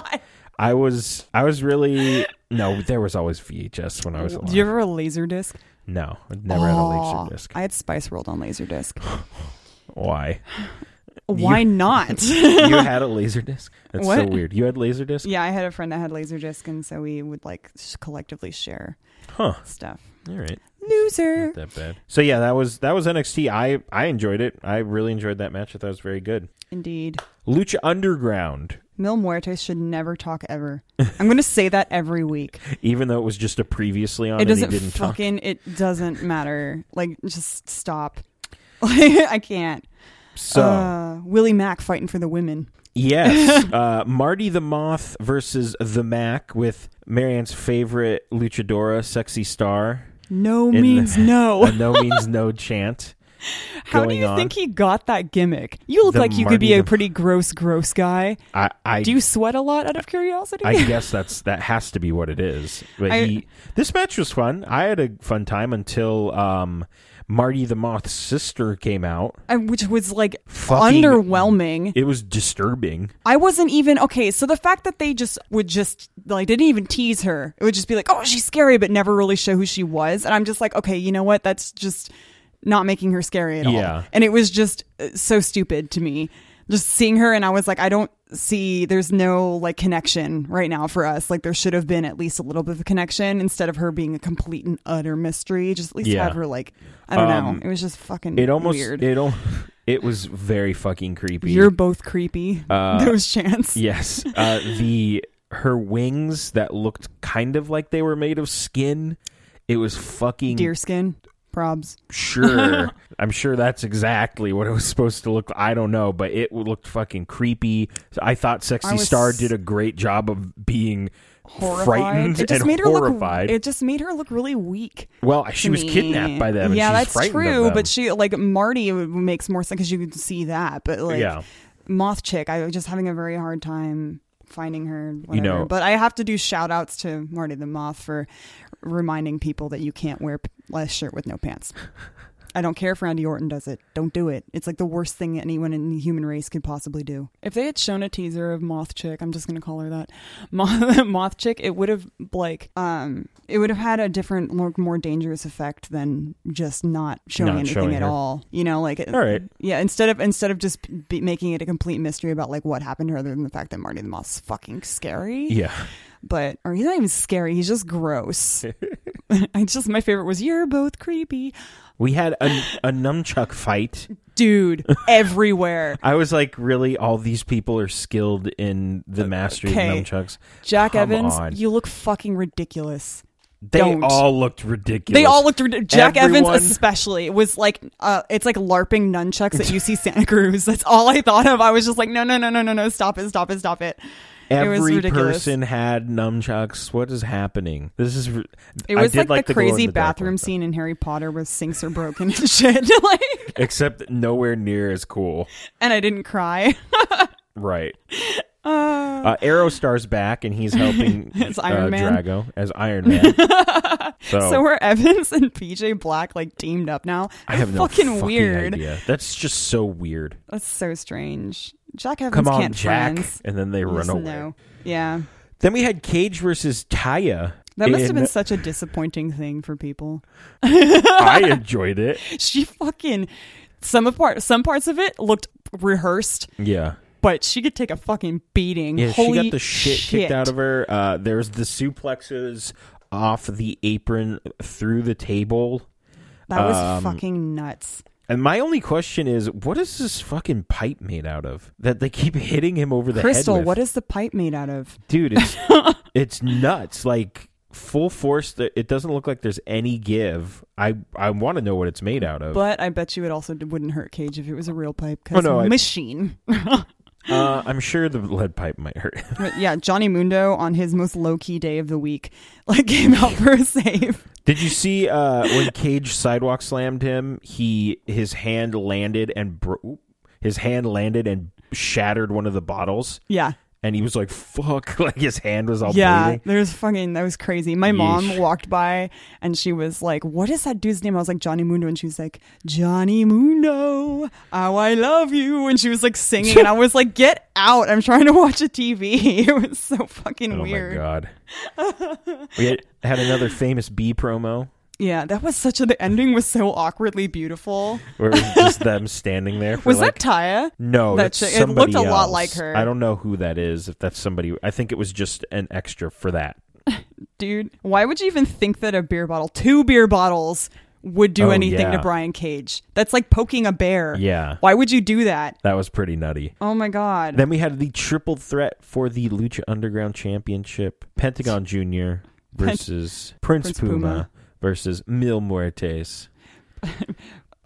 Speaker 2: I was I was really no, there was always VHS when I was alive.
Speaker 3: Did you ever have a laser disc?
Speaker 2: no, I never had a laser disc.
Speaker 3: I had Spice World on laser
Speaker 2: (laughs)
Speaker 3: disc. (laughs)
Speaker 2: Why?
Speaker 3: Why (laughs) not?
Speaker 2: you had a laser disc? That's so
Speaker 3: What?
Speaker 2: weird. You had laser disc?
Speaker 3: yeah, I had a friend that had laser disc, and so we would like s- collectively share
Speaker 2: Huh.
Speaker 3: stuff.
Speaker 2: All right.
Speaker 3: Loser.
Speaker 2: Not that bad. So yeah, that was that was NXT. I I enjoyed it. I really enjoyed that match. I thought it was very good.
Speaker 3: Indeed.
Speaker 2: Lucha Underground,
Speaker 3: Mil Muertes should never talk ever.
Speaker 2: (laughs)
Speaker 3: I'm going to say that every week.
Speaker 2: even though it was just a previously on
Speaker 3: It
Speaker 2: and he
Speaker 3: doesn't
Speaker 2: didn't talk.
Speaker 3: fucking, it doesn't matter. Like, just stop. (laughs) Like, I can't.
Speaker 2: So
Speaker 3: Uh, Willie Mack fighting for the women. (laughs)
Speaker 2: Yes, uh, Marty the Moth versus the Mac with Marianne's favorite luchadora, Sexy Star.
Speaker 3: No
Speaker 2: In the- (laughs)
Speaker 3: means no.
Speaker 2: A no means no chant.
Speaker 3: (laughs) How do
Speaker 2: going
Speaker 3: you
Speaker 2: on.
Speaker 3: think he got that gimmick? You look
Speaker 2: The
Speaker 3: like you could be
Speaker 2: Marty
Speaker 3: a
Speaker 2: the-
Speaker 3: pretty gross, gross guy.
Speaker 2: I, I
Speaker 3: Do you sweat a lot out of curiosity?
Speaker 2: I guess that's that has to be what it is. But
Speaker 3: I-
Speaker 2: he, this match was fun. I had a fun time until um, Marty the Moth's sister came out.
Speaker 3: (laughs) I- which was like
Speaker 2: Fucking-
Speaker 3: underwhelming.
Speaker 2: It was disturbing.
Speaker 3: I wasn't even okay. So the fact that they just would just like didn't even tease her, it would just be like, oh, she's scary, but never really show who she was. And I'm just like, okay, you know what? That's just not making her scary at all.
Speaker 2: Yeah.
Speaker 3: And it was just uh, so stupid to me. Just seeing her, and I was like, I don't see. There's no like connection right now for us. Like there should have been at least a little bit of a connection instead of her being a complete and utter mystery. Just at least
Speaker 2: Yeah.
Speaker 3: have her like I don't
Speaker 2: Um,
Speaker 3: know. It was just fucking
Speaker 2: It almost
Speaker 3: weird.
Speaker 2: it al- it was very fucking creepy.
Speaker 3: You're both creepy. (laughs)
Speaker 2: Uh,
Speaker 3: Those
Speaker 2: (laughs)
Speaker 3: chance.
Speaker 2: yes, uh, the her wings that looked kind of like they were made of skin. It was fucking
Speaker 3: deer skin probs (laughs)
Speaker 2: sure. I'm sure that's exactly what it was supposed to look. I don't know, but it looked fucking creepy. I thought Sexy
Speaker 3: I was-
Speaker 2: Star did a great job of being
Speaker 3: horrified
Speaker 2: frightened
Speaker 3: it just
Speaker 2: and
Speaker 3: made her
Speaker 2: horrified.
Speaker 3: look it just made her look really weak
Speaker 2: well, she
Speaker 3: to
Speaker 2: was
Speaker 3: me.
Speaker 2: kidnapped by them. And
Speaker 3: yeah
Speaker 2: she's
Speaker 3: that's
Speaker 2: frightened of
Speaker 3: true
Speaker 2: them.
Speaker 3: but she like marty w- makes more sense because you can see that but like
Speaker 2: yeah,
Speaker 3: moth chick i was just having a very hard time finding her whatever.
Speaker 2: know-
Speaker 3: but i have to do shout outs to marty the moth for reminding people that you can't wear p- less shirt with no pants I don't care if Randy Orton does it. Don't do it. It's like the worst thing anyone in the human race could possibly do. If they had shown a teaser of Moth Chick, I'm just gonna call her that, (laughs) Moth, Moth Chick, it would have like um, it would have had a different, more, more dangerous effect than just not showing
Speaker 2: Not
Speaker 3: anything
Speaker 2: showing
Speaker 3: at
Speaker 2: her.
Speaker 3: all. You know, like it-
Speaker 2: All right.
Speaker 3: yeah. Instead of instead of just be making it a complete mystery about like what happened to her, other than the fact that Marty the Moth's fucking scary
Speaker 2: yeah.
Speaker 3: but or he's not even scary. He's just
Speaker 2: (laughs)
Speaker 3: gross. I just my favorite was you're both creepy,
Speaker 2: We had a, a nunchuck fight. (laughs)
Speaker 3: dude. Everywhere,
Speaker 2: I was like, really? All these people are skilled in the mastery
Speaker 3: Uh, Okay.
Speaker 2: of nunchucks.
Speaker 3: Jack
Speaker 2: Come
Speaker 3: Evans,
Speaker 2: on.
Speaker 3: you look fucking ridiculous.
Speaker 2: They
Speaker 3: don't.
Speaker 2: all looked ridiculous.
Speaker 3: They all looked ridiculous. Jack
Speaker 2: Everyone-
Speaker 3: Evans especially was like, uh, it's like larping nunchucks at UC Santa Cruz. That's all I thought of. I was just like, no, no, no, no, no, no, stop it, stop it, stop it. it was
Speaker 2: Every
Speaker 3: ridiculous.
Speaker 2: person had nunchucks. What is happening? This is. r-
Speaker 3: It
Speaker 2: I
Speaker 3: was
Speaker 2: did
Speaker 3: like, the,
Speaker 2: glow in
Speaker 3: crazy
Speaker 2: dark
Speaker 3: bathroom
Speaker 2: one, though.
Speaker 3: scene in Harry Potter where sinks are broken (laughs) and shit. like,
Speaker 2: except nowhere near as cool.
Speaker 3: and I didn't cry. (laughs)
Speaker 2: Right. Uh, Aerostar's back, and he's helping
Speaker 3: (laughs) As Iron
Speaker 2: uh,
Speaker 3: Man.
Speaker 2: Drago as Iron Man. so
Speaker 3: (laughs) So were Evans and PJ Black like teamed up now?
Speaker 2: I have no
Speaker 3: fucking weird.
Speaker 2: idea. That's just so weird.
Speaker 3: That's so strange. Jack Evans
Speaker 2: Come on,
Speaker 3: can't
Speaker 2: Jack,
Speaker 3: friends.
Speaker 2: and then they run
Speaker 3: Just
Speaker 2: away.
Speaker 3: no. Yeah.
Speaker 2: Then we had Cage versus Taya.
Speaker 3: That must have
Speaker 2: and (laughs)
Speaker 3: been such a disappointing thing for people. (laughs)
Speaker 2: I enjoyed it.
Speaker 3: She fucking some of part some parts of it looked rehearsed,
Speaker 2: Yeah.
Speaker 3: but she could take a fucking beating.
Speaker 2: Yeah,
Speaker 3: Holy
Speaker 2: she got the shit, kicked out of her. Uh, there's the suplexes off the apron through the table.
Speaker 3: That was
Speaker 2: Um,
Speaker 3: fucking nuts.
Speaker 2: And my only question is, what is this fucking pipe made out of that they keep (laughs) hitting him over the
Speaker 3: Crystal,
Speaker 2: head with?
Speaker 3: what is the pipe made out of?
Speaker 2: Dude,
Speaker 3: (laughs)
Speaker 2: it's it's nuts. Like full force. That it doesn't look like there's any give. I I want to know what it's made out of.
Speaker 3: But I bet you it also wouldn't hurt Cage if it was a real pipe
Speaker 2: Oh,
Speaker 3: because
Speaker 2: no, I-
Speaker 3: machine. (laughs)
Speaker 2: uh, I'm sure the lead pipe might hurt. (laughs)
Speaker 3: But yeah, Johnny Mundo on his most low key day of the week, (laughs) like came out for a save.
Speaker 2: Did you see uh, when Cage sidewalk slammed him? He his hand landed and bro- oop. his hand landed and shattered one of the bottles,
Speaker 3: Yeah.
Speaker 2: and he was like, "Fuck!" (laughs) Like his hand was all
Speaker 3: yeah.
Speaker 2: bleeding.
Speaker 3: There's fucking that was crazy. My mom
Speaker 2: Yeesh.
Speaker 3: walked by and she was like, What is that dude's name? I was like, Johnny Mundo, and she was like, Johnny Mundo, how I love you. And she was like singing and I was like, Get out. I'm trying to watch a TV. (laughs) It was so fucking
Speaker 2: Oh
Speaker 3: weird.
Speaker 2: my god! we had, had another famous B promo
Speaker 3: Yeah, that was such a the ending was so awkwardly beautiful.
Speaker 2: where it was just them standing there. For
Speaker 3: Was
Speaker 2: like,
Speaker 3: that Taya?
Speaker 2: no?
Speaker 3: that
Speaker 2: that's
Speaker 3: chick- it
Speaker 2: somebody
Speaker 3: looked a lot
Speaker 2: else.
Speaker 3: like her.
Speaker 2: I don't know who that is. If that's somebody, I think it was just an extra for that.
Speaker 3: dude. Why would you even think that a beer bottle, two beer bottles, would do
Speaker 2: Oh,
Speaker 3: anything
Speaker 2: yeah.
Speaker 3: to Brian Cage? That's like poking a bear.
Speaker 2: Yeah,
Speaker 3: Why would you do that?
Speaker 2: that was pretty nutty.
Speaker 3: Oh my god.
Speaker 2: Then we had the triple threat for the Lucha Underground Championship: Pentagon
Speaker 3: (laughs)
Speaker 2: Junior versus Prince,
Speaker 3: Prince
Speaker 2: Puma,
Speaker 3: Puma.
Speaker 2: versus Mil Muertes.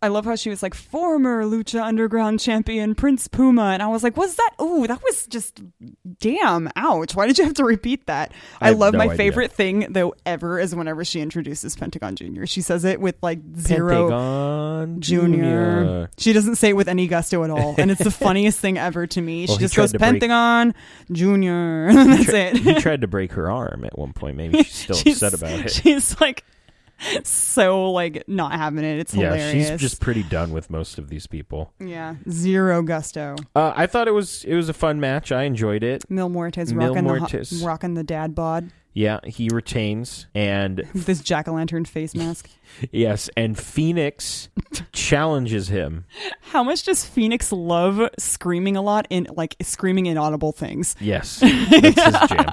Speaker 3: I love how she was like former Lucha Underground champion Prince Puma, and I was like, "What's that? Ooh, that was just damn ouch! Why did you have to repeat that?"
Speaker 2: I
Speaker 3: I,
Speaker 2: have
Speaker 3: love
Speaker 2: no
Speaker 3: my
Speaker 2: idea.
Speaker 3: favorite thing though ever is whenever she introduces Pentagon Junior. She says it with like zero.
Speaker 2: Pentagon
Speaker 3: Junior.
Speaker 2: Junior.
Speaker 3: She doesn't say it with any gusto at all, and it's
Speaker 2: (laughs)
Speaker 3: the funniest thing ever to me.
Speaker 2: Well, he
Speaker 3: she just
Speaker 2: tried
Speaker 3: goes
Speaker 2: to break-
Speaker 3: Pentagon Junior. (laughs) and That's it.
Speaker 2: he tried to break her arm at one point. Maybe she's
Speaker 3: (laughs)
Speaker 2: still upset about it.
Speaker 3: She's like so like not having it. It's
Speaker 2: yeah,
Speaker 3: hilarious.
Speaker 2: she's just pretty done with most of these people.
Speaker 3: yeah, zero gusto.
Speaker 2: Uh, I thought it was it was a fun match. I enjoyed it.
Speaker 3: Mil Muertes
Speaker 2: Mil
Speaker 3: rocking the
Speaker 2: Muertes.
Speaker 3: ho- rocking the dad bod
Speaker 2: Yeah, he retains, and
Speaker 3: with this jack o'
Speaker 2: (laughs)
Speaker 3: lantern face mask.
Speaker 2: yes, and
Speaker 3: (laughs)
Speaker 2: Phoenix challenges him.
Speaker 3: How much does Phoenix love screaming a lot in like screaming inaudible things? (laughs)
Speaker 2: Yes, that's his jam.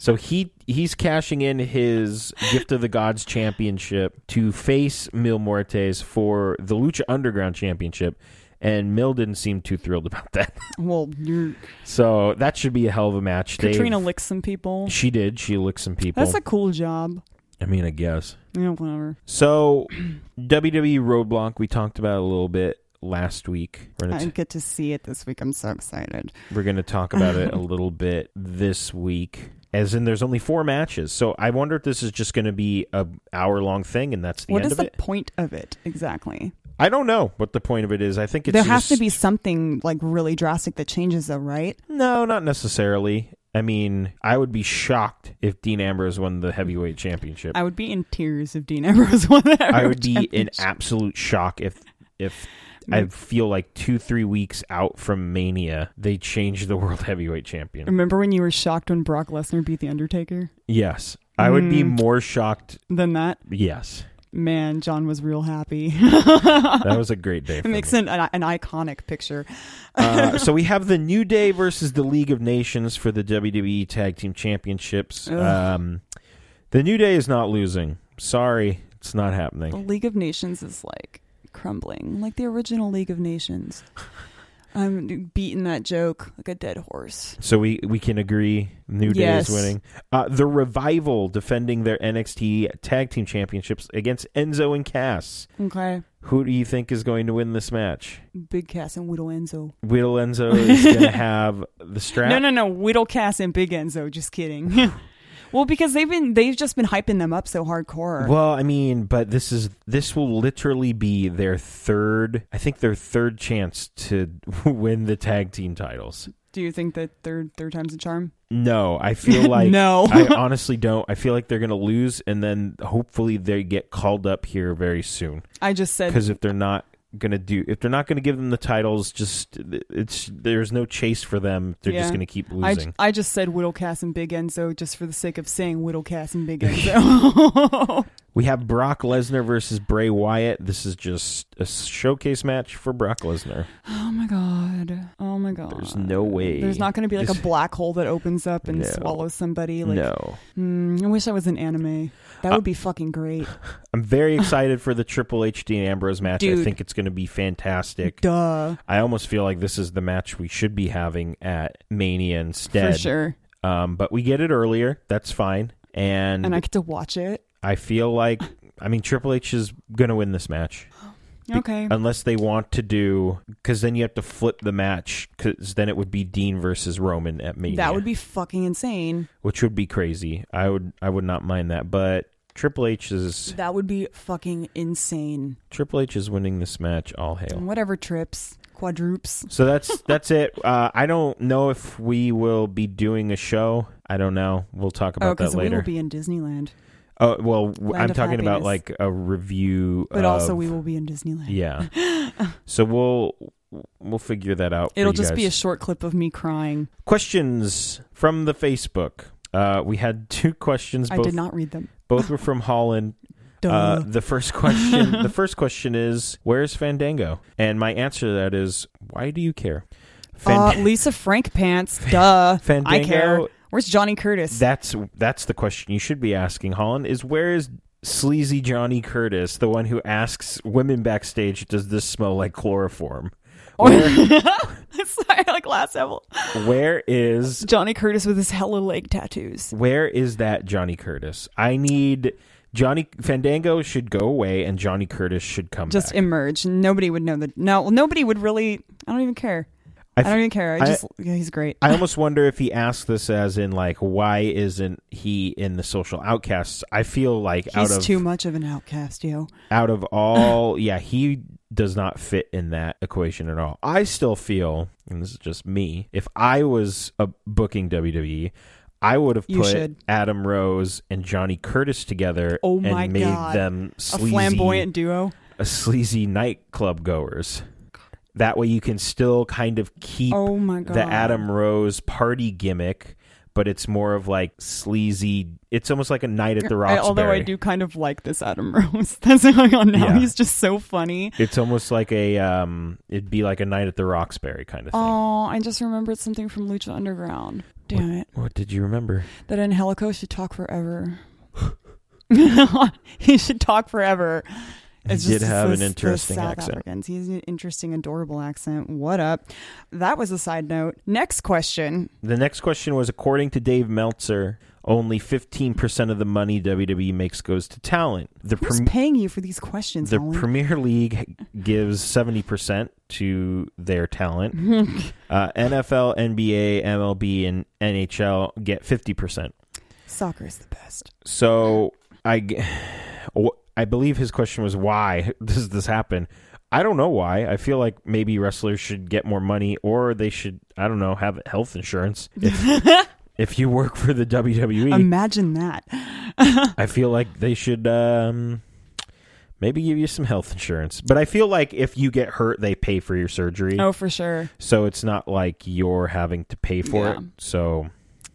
Speaker 2: So he he's cashing in his Gift of the Gods championship to face Mil Muertes for the Lucha Underground championship, and Mil didn't seem too thrilled about that.
Speaker 3: Well, you're,
Speaker 2: So that should be a hell of a match. They've-
Speaker 3: Katrina licks some people.
Speaker 2: She did. She licked some people.
Speaker 3: That's a cool job.
Speaker 2: I mean, I guess.
Speaker 3: Yeah, whatever.
Speaker 2: So (clears throat) WWE Roadblock, we talked about a little bit last week. We're
Speaker 3: I
Speaker 2: gonna, t-
Speaker 3: get to see it this week. I'm so excited.
Speaker 2: we're gonna talk about it
Speaker 3: (laughs)
Speaker 2: a little bit this week. As in, there's only four matches, so I wonder if this is just going to be a hour long thing, and that's the
Speaker 3: what
Speaker 2: end
Speaker 3: is
Speaker 2: of
Speaker 3: the
Speaker 2: it.
Speaker 3: point of it exactly?
Speaker 2: I don't know what the point of it is. I think it's
Speaker 3: there has to
Speaker 2: just-
Speaker 3: be something like really drastic that changes, though, right?
Speaker 2: no, not necessarily. I mean, I would be shocked if Dean Ambrose won the heavyweight championship.
Speaker 3: I would be in tears if Dean Ambrose (laughs) won that.
Speaker 2: I would be in
Speaker 3: challenge.
Speaker 2: absolute shock if if I
Speaker 3: Mm.
Speaker 2: feel like two three weeks out from Mania they change the world (laughs) heavyweight champion.
Speaker 3: Remember when you were shocked when Brock Lesnar beat the Undertaker?
Speaker 2: Yes, I would be
Speaker 3: Mm.
Speaker 2: more shocked.
Speaker 3: Then that
Speaker 2: Yes,
Speaker 3: man, John was real happy. (laughs)
Speaker 2: that was a great day.
Speaker 3: it
Speaker 2: For me.
Speaker 3: makes an, an an iconic picture.
Speaker 2: Uh,
Speaker 3: (laughs)
Speaker 2: so we have the New Day versus the League of Nations for the WWE Tag Team Championships.
Speaker 3: Ugh.
Speaker 2: Um, the New Day is not losing. Sorry, it's not happening.
Speaker 3: The League of Nations is like crumbling, like the original League of Nations. I'm beating that joke like a dead horse.
Speaker 2: So we we can agree New Day
Speaker 3: Yes.
Speaker 2: is winning. Uh, the Revival defending their NXT Tag Team Championships against Enzo and Cass.
Speaker 3: Okay,
Speaker 2: Who do you think is going to win this match?
Speaker 3: Big Cass and Whittle Enzo.
Speaker 2: Whittle Enzo is going
Speaker 3: (laughs)
Speaker 2: to have the strap.
Speaker 3: No, no, no. Whittle Cass and Big Enzo. Just kidding. (laughs) well, because they've been they've just been hyping them up so hardcore.
Speaker 2: Well, I mean, but this is this will literally be their third. I think their third chance to (laughs) win the tag team titles.
Speaker 3: Do you think that third third time's a charm?
Speaker 2: No, I
Speaker 3: (laughs)
Speaker 2: feel like
Speaker 3: No.
Speaker 2: I honestly don't. I feel like they're going to lose, and then hopefully they get called up here very soon.
Speaker 3: I just said
Speaker 2: because if they're not gonna do if they're not gonna give them the titles just it's there's no chase for them they're just
Speaker 3: Yeah.
Speaker 2: gonna keep
Speaker 3: I,
Speaker 2: losing
Speaker 3: I just said Whittle Cass and Big Enzo just for the sake of saying Whittle Cass
Speaker 2: (laughs)
Speaker 3: and Big Enzo.
Speaker 2: we have brock lesnar versus bray wyatt this is just a showcase match for brock lesnar
Speaker 3: oh my god. Oh my god.
Speaker 2: there's no way
Speaker 3: There's not going to be like a
Speaker 2: This-
Speaker 3: black hole that opens up and
Speaker 2: No.
Speaker 3: swallows somebody. Like,
Speaker 2: no
Speaker 3: Hmm, I wish that was an anime. That would be fucking great.
Speaker 2: i'm very excited for the triple h dean ambrose match i
Speaker 3: Dude.
Speaker 2: think it's gonna be fantastic
Speaker 3: Duh,
Speaker 2: i almost feel like this is the match we should be having at mania instead
Speaker 3: for sure.
Speaker 2: um but we get it earlier that's fine and,
Speaker 3: And I get to watch it.
Speaker 2: I feel like I mean Triple H is going to win this match Be-
Speaker 3: Okay.
Speaker 2: unless they want to do cuz then you have to flip the match cuz then it would be Dean versus Roman at Mania.
Speaker 3: That would be fucking insane.
Speaker 2: which would be crazy. I would I would not mind that, but Triple H is
Speaker 3: That would be fucking insane.
Speaker 2: Triple H is winning this match all hail.
Speaker 3: Whatever trips, quadrupes.
Speaker 2: So
Speaker 3: (laughs)
Speaker 2: that's that's it. Uh, I don't know if we will be doing a show. I don't know. We'll talk
Speaker 3: Oh,
Speaker 2: about that
Speaker 3: because we
Speaker 2: later.
Speaker 3: will be in Disneyland,
Speaker 2: oh well, w-
Speaker 3: Land
Speaker 2: I'm
Speaker 3: of
Speaker 2: talking about
Speaker 3: Happiness.
Speaker 2: like a review.
Speaker 3: but also
Speaker 2: of-
Speaker 3: we will be in
Speaker 2: (laughs)
Speaker 3: Disneyland.
Speaker 2: Yeah.
Speaker 3: (laughs)
Speaker 2: so we'll we'll figure that out. for
Speaker 3: It'll
Speaker 2: you
Speaker 3: just be a
Speaker 2: guys.
Speaker 3: short clip of me crying.
Speaker 2: questions from the Facebook. Uh, we had (laughs) two questions.
Speaker 3: I
Speaker 2: Both
Speaker 3: did not read them.
Speaker 2: both were from Holland.
Speaker 3: (laughs) Duh.
Speaker 2: Uh, the first question.
Speaker 3: (laughs)
Speaker 2: the first question is, "Where's Fandango?" And my answer to that is, "Why do you care?"
Speaker 3: Uh,
Speaker 2: Fan-
Speaker 3: Lisa Frank pants. Duh.
Speaker 2: Fandango.
Speaker 3: I care. Where's Johnny Curtis?
Speaker 2: That's that's the question you should be asking, Holland. Is where is sleazy Johnny Curtis, the one who asks women backstage, "Does this smell like chloroform?" Where,
Speaker 3: (laughs) Sorry, like last level.
Speaker 2: where is
Speaker 3: Johnny Curtis with his hella leg tattoos.
Speaker 2: Where is that Johnny Curtis? I need Johnny Fandango should go away and Johnny Curtis should come
Speaker 3: Just
Speaker 2: back.
Speaker 3: emerge. Nobody would know that. No, nobody would really. I don't even care.
Speaker 2: I
Speaker 3: I,
Speaker 2: th-
Speaker 3: don't even care. I
Speaker 2: I-
Speaker 3: just yeah, he's great.
Speaker 2: I almost wonder if he asked this as in like, why isn't he in the social outcasts? I feel like out
Speaker 3: he's
Speaker 2: of
Speaker 3: too much of an outcast, yo.
Speaker 2: out of all, yeah, he does not fit in that equation at all. I still feel, and this is just me, if I was uh booking WWE, I would have
Speaker 3: You
Speaker 2: put
Speaker 3: should.
Speaker 2: Adam Rose and Johnny Curtis together
Speaker 3: Oh my
Speaker 2: and made
Speaker 3: God.
Speaker 2: them
Speaker 3: A
Speaker 2: sleazy,
Speaker 3: flamboyant duo.
Speaker 2: a sleazy nightclub goers. That way you can still kind of keep
Speaker 3: Oh my god.
Speaker 2: the Adam Rose party gimmick, but it's more of like sleazy. It's almost like a night at the
Speaker 3: (laughs) I-
Speaker 2: Roxbury.
Speaker 3: although I do kind of like this Adam (laughs) Rose that's going on now.
Speaker 2: Yeah.
Speaker 3: He's just so funny.
Speaker 2: It's almost like a um. It'd be like a night at the Roxbury kind of thing.
Speaker 3: Oh, I just remembered something from Lucha Underground. Damn it.
Speaker 2: What did you remember?
Speaker 3: That Angelico should talk forever. (laughs) he should talk forever.
Speaker 2: He did
Speaker 3: just
Speaker 2: have an
Speaker 3: the- the
Speaker 2: interesting
Speaker 3: South
Speaker 2: accent.
Speaker 3: Africans. He has an interesting, adorable accent. What up? That was a side note. Next question.
Speaker 2: The next question was according to Dave Meltzer, only fifteen percent of the money WWE makes goes to talent. The
Speaker 3: Who's
Speaker 2: prem-
Speaker 3: paying you for these questions,
Speaker 2: the
Speaker 3: Holly?
Speaker 2: Premier League gives 70% to their talent.
Speaker 3: (laughs)
Speaker 2: uh, NFL, NBA, MLB, and NHL get 50%.
Speaker 3: Soccer is the best.
Speaker 2: So I, g- (sighs) wh- I believe his question was why (laughs) does this happen? I don't know why. I feel like maybe wrestlers should get more money, or they should I don't know have health
Speaker 3: (laughs)
Speaker 2: insurance. If, if you work for the WWE,
Speaker 3: Imagine that.
Speaker 2: I feel like they should um, maybe give you some health insurance. But I feel like if you get hurt, they pay for your surgery,
Speaker 3: Oh, for sure.
Speaker 2: so it's not like you're having to pay for
Speaker 3: Yeah.
Speaker 2: it. So.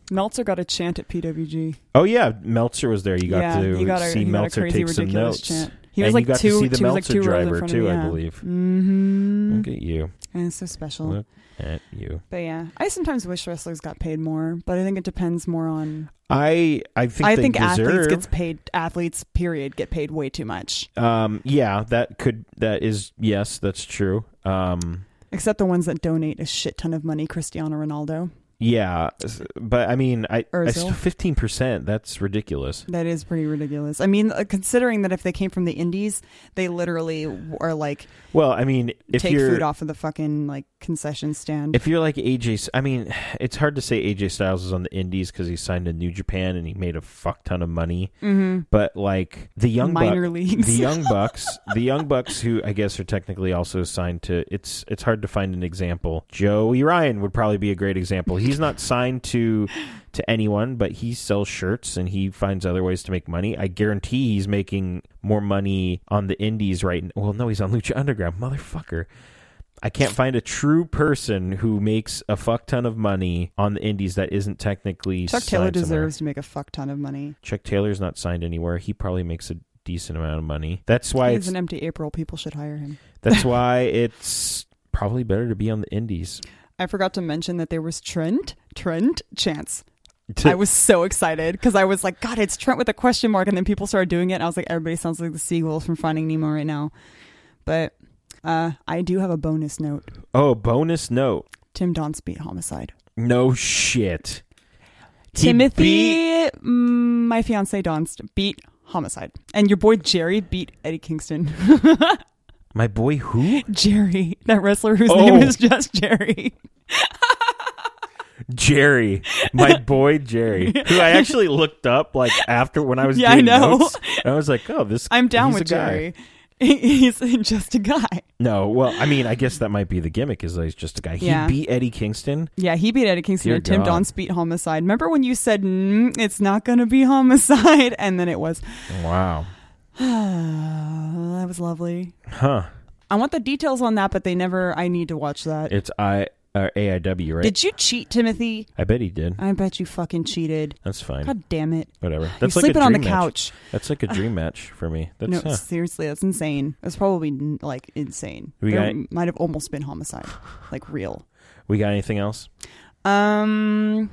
Speaker 3: Meltzer got a chant at PWG.
Speaker 2: Oh yeah, Meltzer was there. You got
Speaker 3: yeah,
Speaker 2: to
Speaker 3: he got a,
Speaker 2: see
Speaker 3: he got a
Speaker 2: Meltzer
Speaker 3: crazy,
Speaker 2: take some
Speaker 3: ridiculous
Speaker 2: notes.
Speaker 3: chant. He
Speaker 2: And
Speaker 3: was
Speaker 2: you
Speaker 3: like
Speaker 2: got to
Speaker 3: two.
Speaker 2: see the
Speaker 3: she was like
Speaker 2: Meltzer
Speaker 3: two
Speaker 2: driver,
Speaker 3: rows in front
Speaker 2: too,
Speaker 3: of
Speaker 2: I
Speaker 3: me, yeah.
Speaker 2: believe.
Speaker 3: Mm-hmm.
Speaker 2: Look at you.
Speaker 3: And it's so special.
Speaker 2: Look at you.
Speaker 3: But yeah, I sometimes wish wrestlers got paid more, but I think it depends more on.
Speaker 2: I I think
Speaker 3: I
Speaker 2: they
Speaker 3: think athletes
Speaker 2: deserve.
Speaker 3: gets paid. Athletes, period, get paid way too much.
Speaker 2: um, yeah, that could that is yes, that's true. Um,
Speaker 3: Except the ones that donate a shit ton of money, Cristiano Ronaldo.
Speaker 2: yeah, s- but I mean, I
Speaker 3: Ozil?
Speaker 2: fifteen percent. That's ridiculous.
Speaker 3: That is pretty ridiculous. I mean, uh, considering that if they came from the Indies, they literally w- are like
Speaker 2: Well, I mean, if
Speaker 3: take
Speaker 2: you're
Speaker 3: food off of the fucking like concession stand.
Speaker 2: if you're like AJ, S- I mean, it's hard to say AJ Styles is on the Indies because he signed to New Japan and he made a fuck ton of money.
Speaker 3: mm-hmm.
Speaker 2: But like the young Buck-
Speaker 3: minor leagues.
Speaker 2: the young
Speaker 3: (laughs)
Speaker 2: bucks the young bucks who i guess are technically also signed to it's it's hard to find an example joey ryan would probably be a great example he's not signed to to anyone but he sells shirts and he finds other ways to make money i guarantee he's making more money on the indies right now well no he's on lucha underground motherfucker I can't find a true person who makes a fuck ton of money on the indies that isn't technically
Speaker 3: Chuck Taylor
Speaker 2: signed somewhere.
Speaker 3: deserves to make a fuck ton of money.
Speaker 2: Chuck Taylor's not signed anywhere. He probably makes a decent amount of money. That's why (laughs)
Speaker 3: He's
Speaker 2: it's
Speaker 3: an empty April. People should hire him.
Speaker 2: that's why it's probably better to be on the indies.
Speaker 3: I forgot to mention that there was Trent, Trent Chance. I was so excited because I was like, God, it's Trent with a question mark. And then people started doing it. And I was like, everybody sounds like the seagull from Finding Nemo right now. But uh, I do have a bonus note
Speaker 2: oh, bonus note.
Speaker 3: Tim Donsby homicide.
Speaker 2: No shit. He beat-
Speaker 3: Timothy, mm, my fiance Donst, beat homicide. And your boy Jerry beat Eddie Kingston. (laughs)
Speaker 2: my boy who?
Speaker 3: Jerry, (laughs) that wrestler whose
Speaker 2: Oh.
Speaker 3: name is just Jerry.
Speaker 2: Jerry.
Speaker 3: (laughs)
Speaker 2: My boy Jerry. Who I actually looked up like after when I was
Speaker 3: Yeah, I
Speaker 2: doing
Speaker 3: know.
Speaker 2: notes. And I was like, oh, this
Speaker 3: I'm down
Speaker 2: he's
Speaker 3: with
Speaker 2: a guy.
Speaker 3: Jerry. (laughs) He's just a guy.
Speaker 2: No, well, I mean, I guess that might be the gimmick is that he's just a guy.
Speaker 3: Yeah.
Speaker 2: He beat Eddie Kingston.
Speaker 3: Yeah, he beat Eddie Kingston
Speaker 2: Dear
Speaker 3: and Tim
Speaker 2: God.
Speaker 3: Donst beat Homicide. Remember when you said, mm, it's not going to be (laughs) Homicide? And then it was, (sighs)
Speaker 2: Wow.
Speaker 3: that was lovely.
Speaker 2: Huh.
Speaker 3: I want the details on that, but they never, I need to watch that.
Speaker 2: It's I uh, AIW, right?
Speaker 3: Did you cheat, Timothy?
Speaker 2: I bet he did.
Speaker 3: I bet you fucking cheated.
Speaker 2: That's fine.
Speaker 3: God damn it.
Speaker 2: Whatever.
Speaker 3: You're
Speaker 2: That's like
Speaker 3: sleeping
Speaker 2: a
Speaker 3: on the
Speaker 2: dream match.
Speaker 3: couch.
Speaker 2: That's like a dream match for me. That's
Speaker 3: (laughs) No,
Speaker 2: huh.
Speaker 3: seriously, that's insane. That's probably n- like insane.
Speaker 2: We
Speaker 3: there
Speaker 2: got-
Speaker 3: might have almost
Speaker 2: (sighs)
Speaker 3: been homicide, like real.
Speaker 2: We got anything else?
Speaker 3: Um,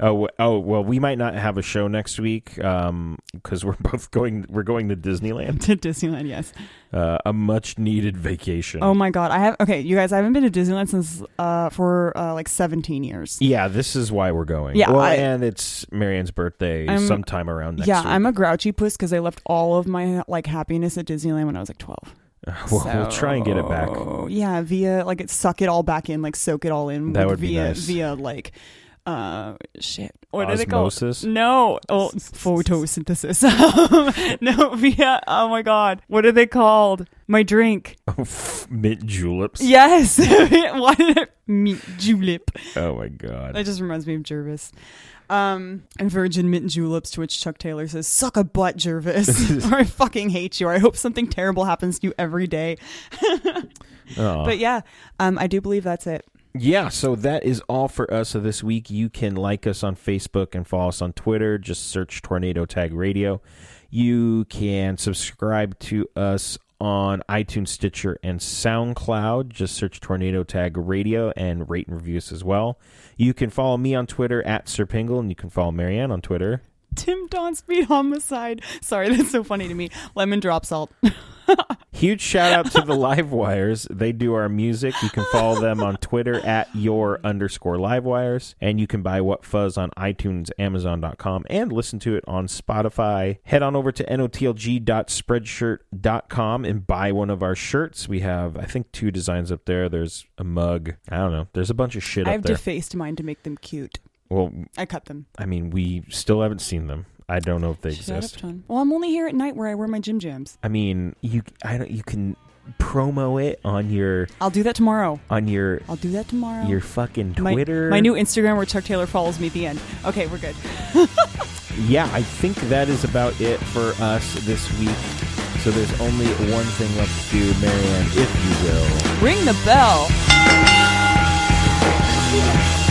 Speaker 2: Oh, w- oh, well, we might not have a show next week because we're (laughs) both going. We're going to Disneyland,
Speaker 3: (laughs) to Disneyland, yes.
Speaker 2: uh, a much needed vacation.
Speaker 3: Oh my god, I have okay, you guys. I haven't been to Disneyland since uh for uh, like seventeen years.
Speaker 2: yeah, this is why we're going.
Speaker 3: Yeah,
Speaker 2: well,
Speaker 3: I-
Speaker 2: and it's Marianne's birthday
Speaker 3: I'm-
Speaker 2: sometime around next.
Speaker 3: yeah,
Speaker 2: week.
Speaker 3: I'm a grouchy puss because I left all of my like happiness at Disneyland when I was like twelve.
Speaker 2: (laughs) (laughs) We'll, we'll try and get it back.
Speaker 3: So, Yeah, via like it suck it all back in, like soak it all in.
Speaker 2: That
Speaker 3: with
Speaker 2: would be
Speaker 3: via,
Speaker 2: nice.
Speaker 3: Via like, uh, shit. What did it go?
Speaker 2: Osmosis.
Speaker 3: No, oh, photosynthesis. (laughs) no, via. Oh my god, what are they called? My drink.
Speaker 2: (laughs) Mint juleps.
Speaker 3: Yes. (laughs) Why did it meat julep?
Speaker 2: Oh my god.
Speaker 3: That just reminds me of Jervis. Um, and virgin mint juleps, to which Chuck Taylor says, "Suck a butt,
Speaker 2: (laughs)
Speaker 3: Jervis, (laughs) or I fucking hate you. Or I hope something terrible happens to you every day." (laughs)
Speaker 2: Aw.
Speaker 3: But yeah, um, I do believe that's it.
Speaker 2: Yeah, so that is all for us this week. You can like us on Facebook and follow us on Twitter. Just search Tornado Tag Radio. You can subscribe to us on iTunes, Stitcher, and SoundCloud. Just search Tornado Tag Radio and rate and review us as well. You can follow me on Twitter at Sir Pingle, and you can follow Marianne on Twitter.
Speaker 3: Tim Don Speed Homicide. Sorry, that's so funny to me. Lemon drop salt.
Speaker 2: Huge shout out to the Live Wires. They do our music. You can follow them on Twitter at your underscore Live Wires. And you can buy What Fuzz on iTunes, Amazon.com, and listen to it on Spotify. Head on over to notlg.spreadshirt.com and buy one of our shirts. We have, I think, two designs up there. There's a mug. I don't know. There's a bunch of shit
Speaker 3: I've
Speaker 2: up there.
Speaker 3: defaced mine to make them cute.
Speaker 2: well,
Speaker 3: I cut them.
Speaker 2: I mean, we still haven't seen them. I don't know if they exist.
Speaker 3: John. Well, I'm only here at night where I wear my gym jams.
Speaker 2: I mean, you I don't you can promo it on your
Speaker 3: I'll do that tomorrow.
Speaker 2: on your
Speaker 3: I'll do that tomorrow.
Speaker 2: your fucking
Speaker 3: Oh. my,
Speaker 2: Twitter.
Speaker 3: My new Instagram where Chuck Taylor follows me at the end. Okay, we're good.
Speaker 2: Yeah, I think that is about it for us this week. So there's only one thing left to do, Marianne, if you will.
Speaker 3: Ring the bell.
Speaker 1: Yeah.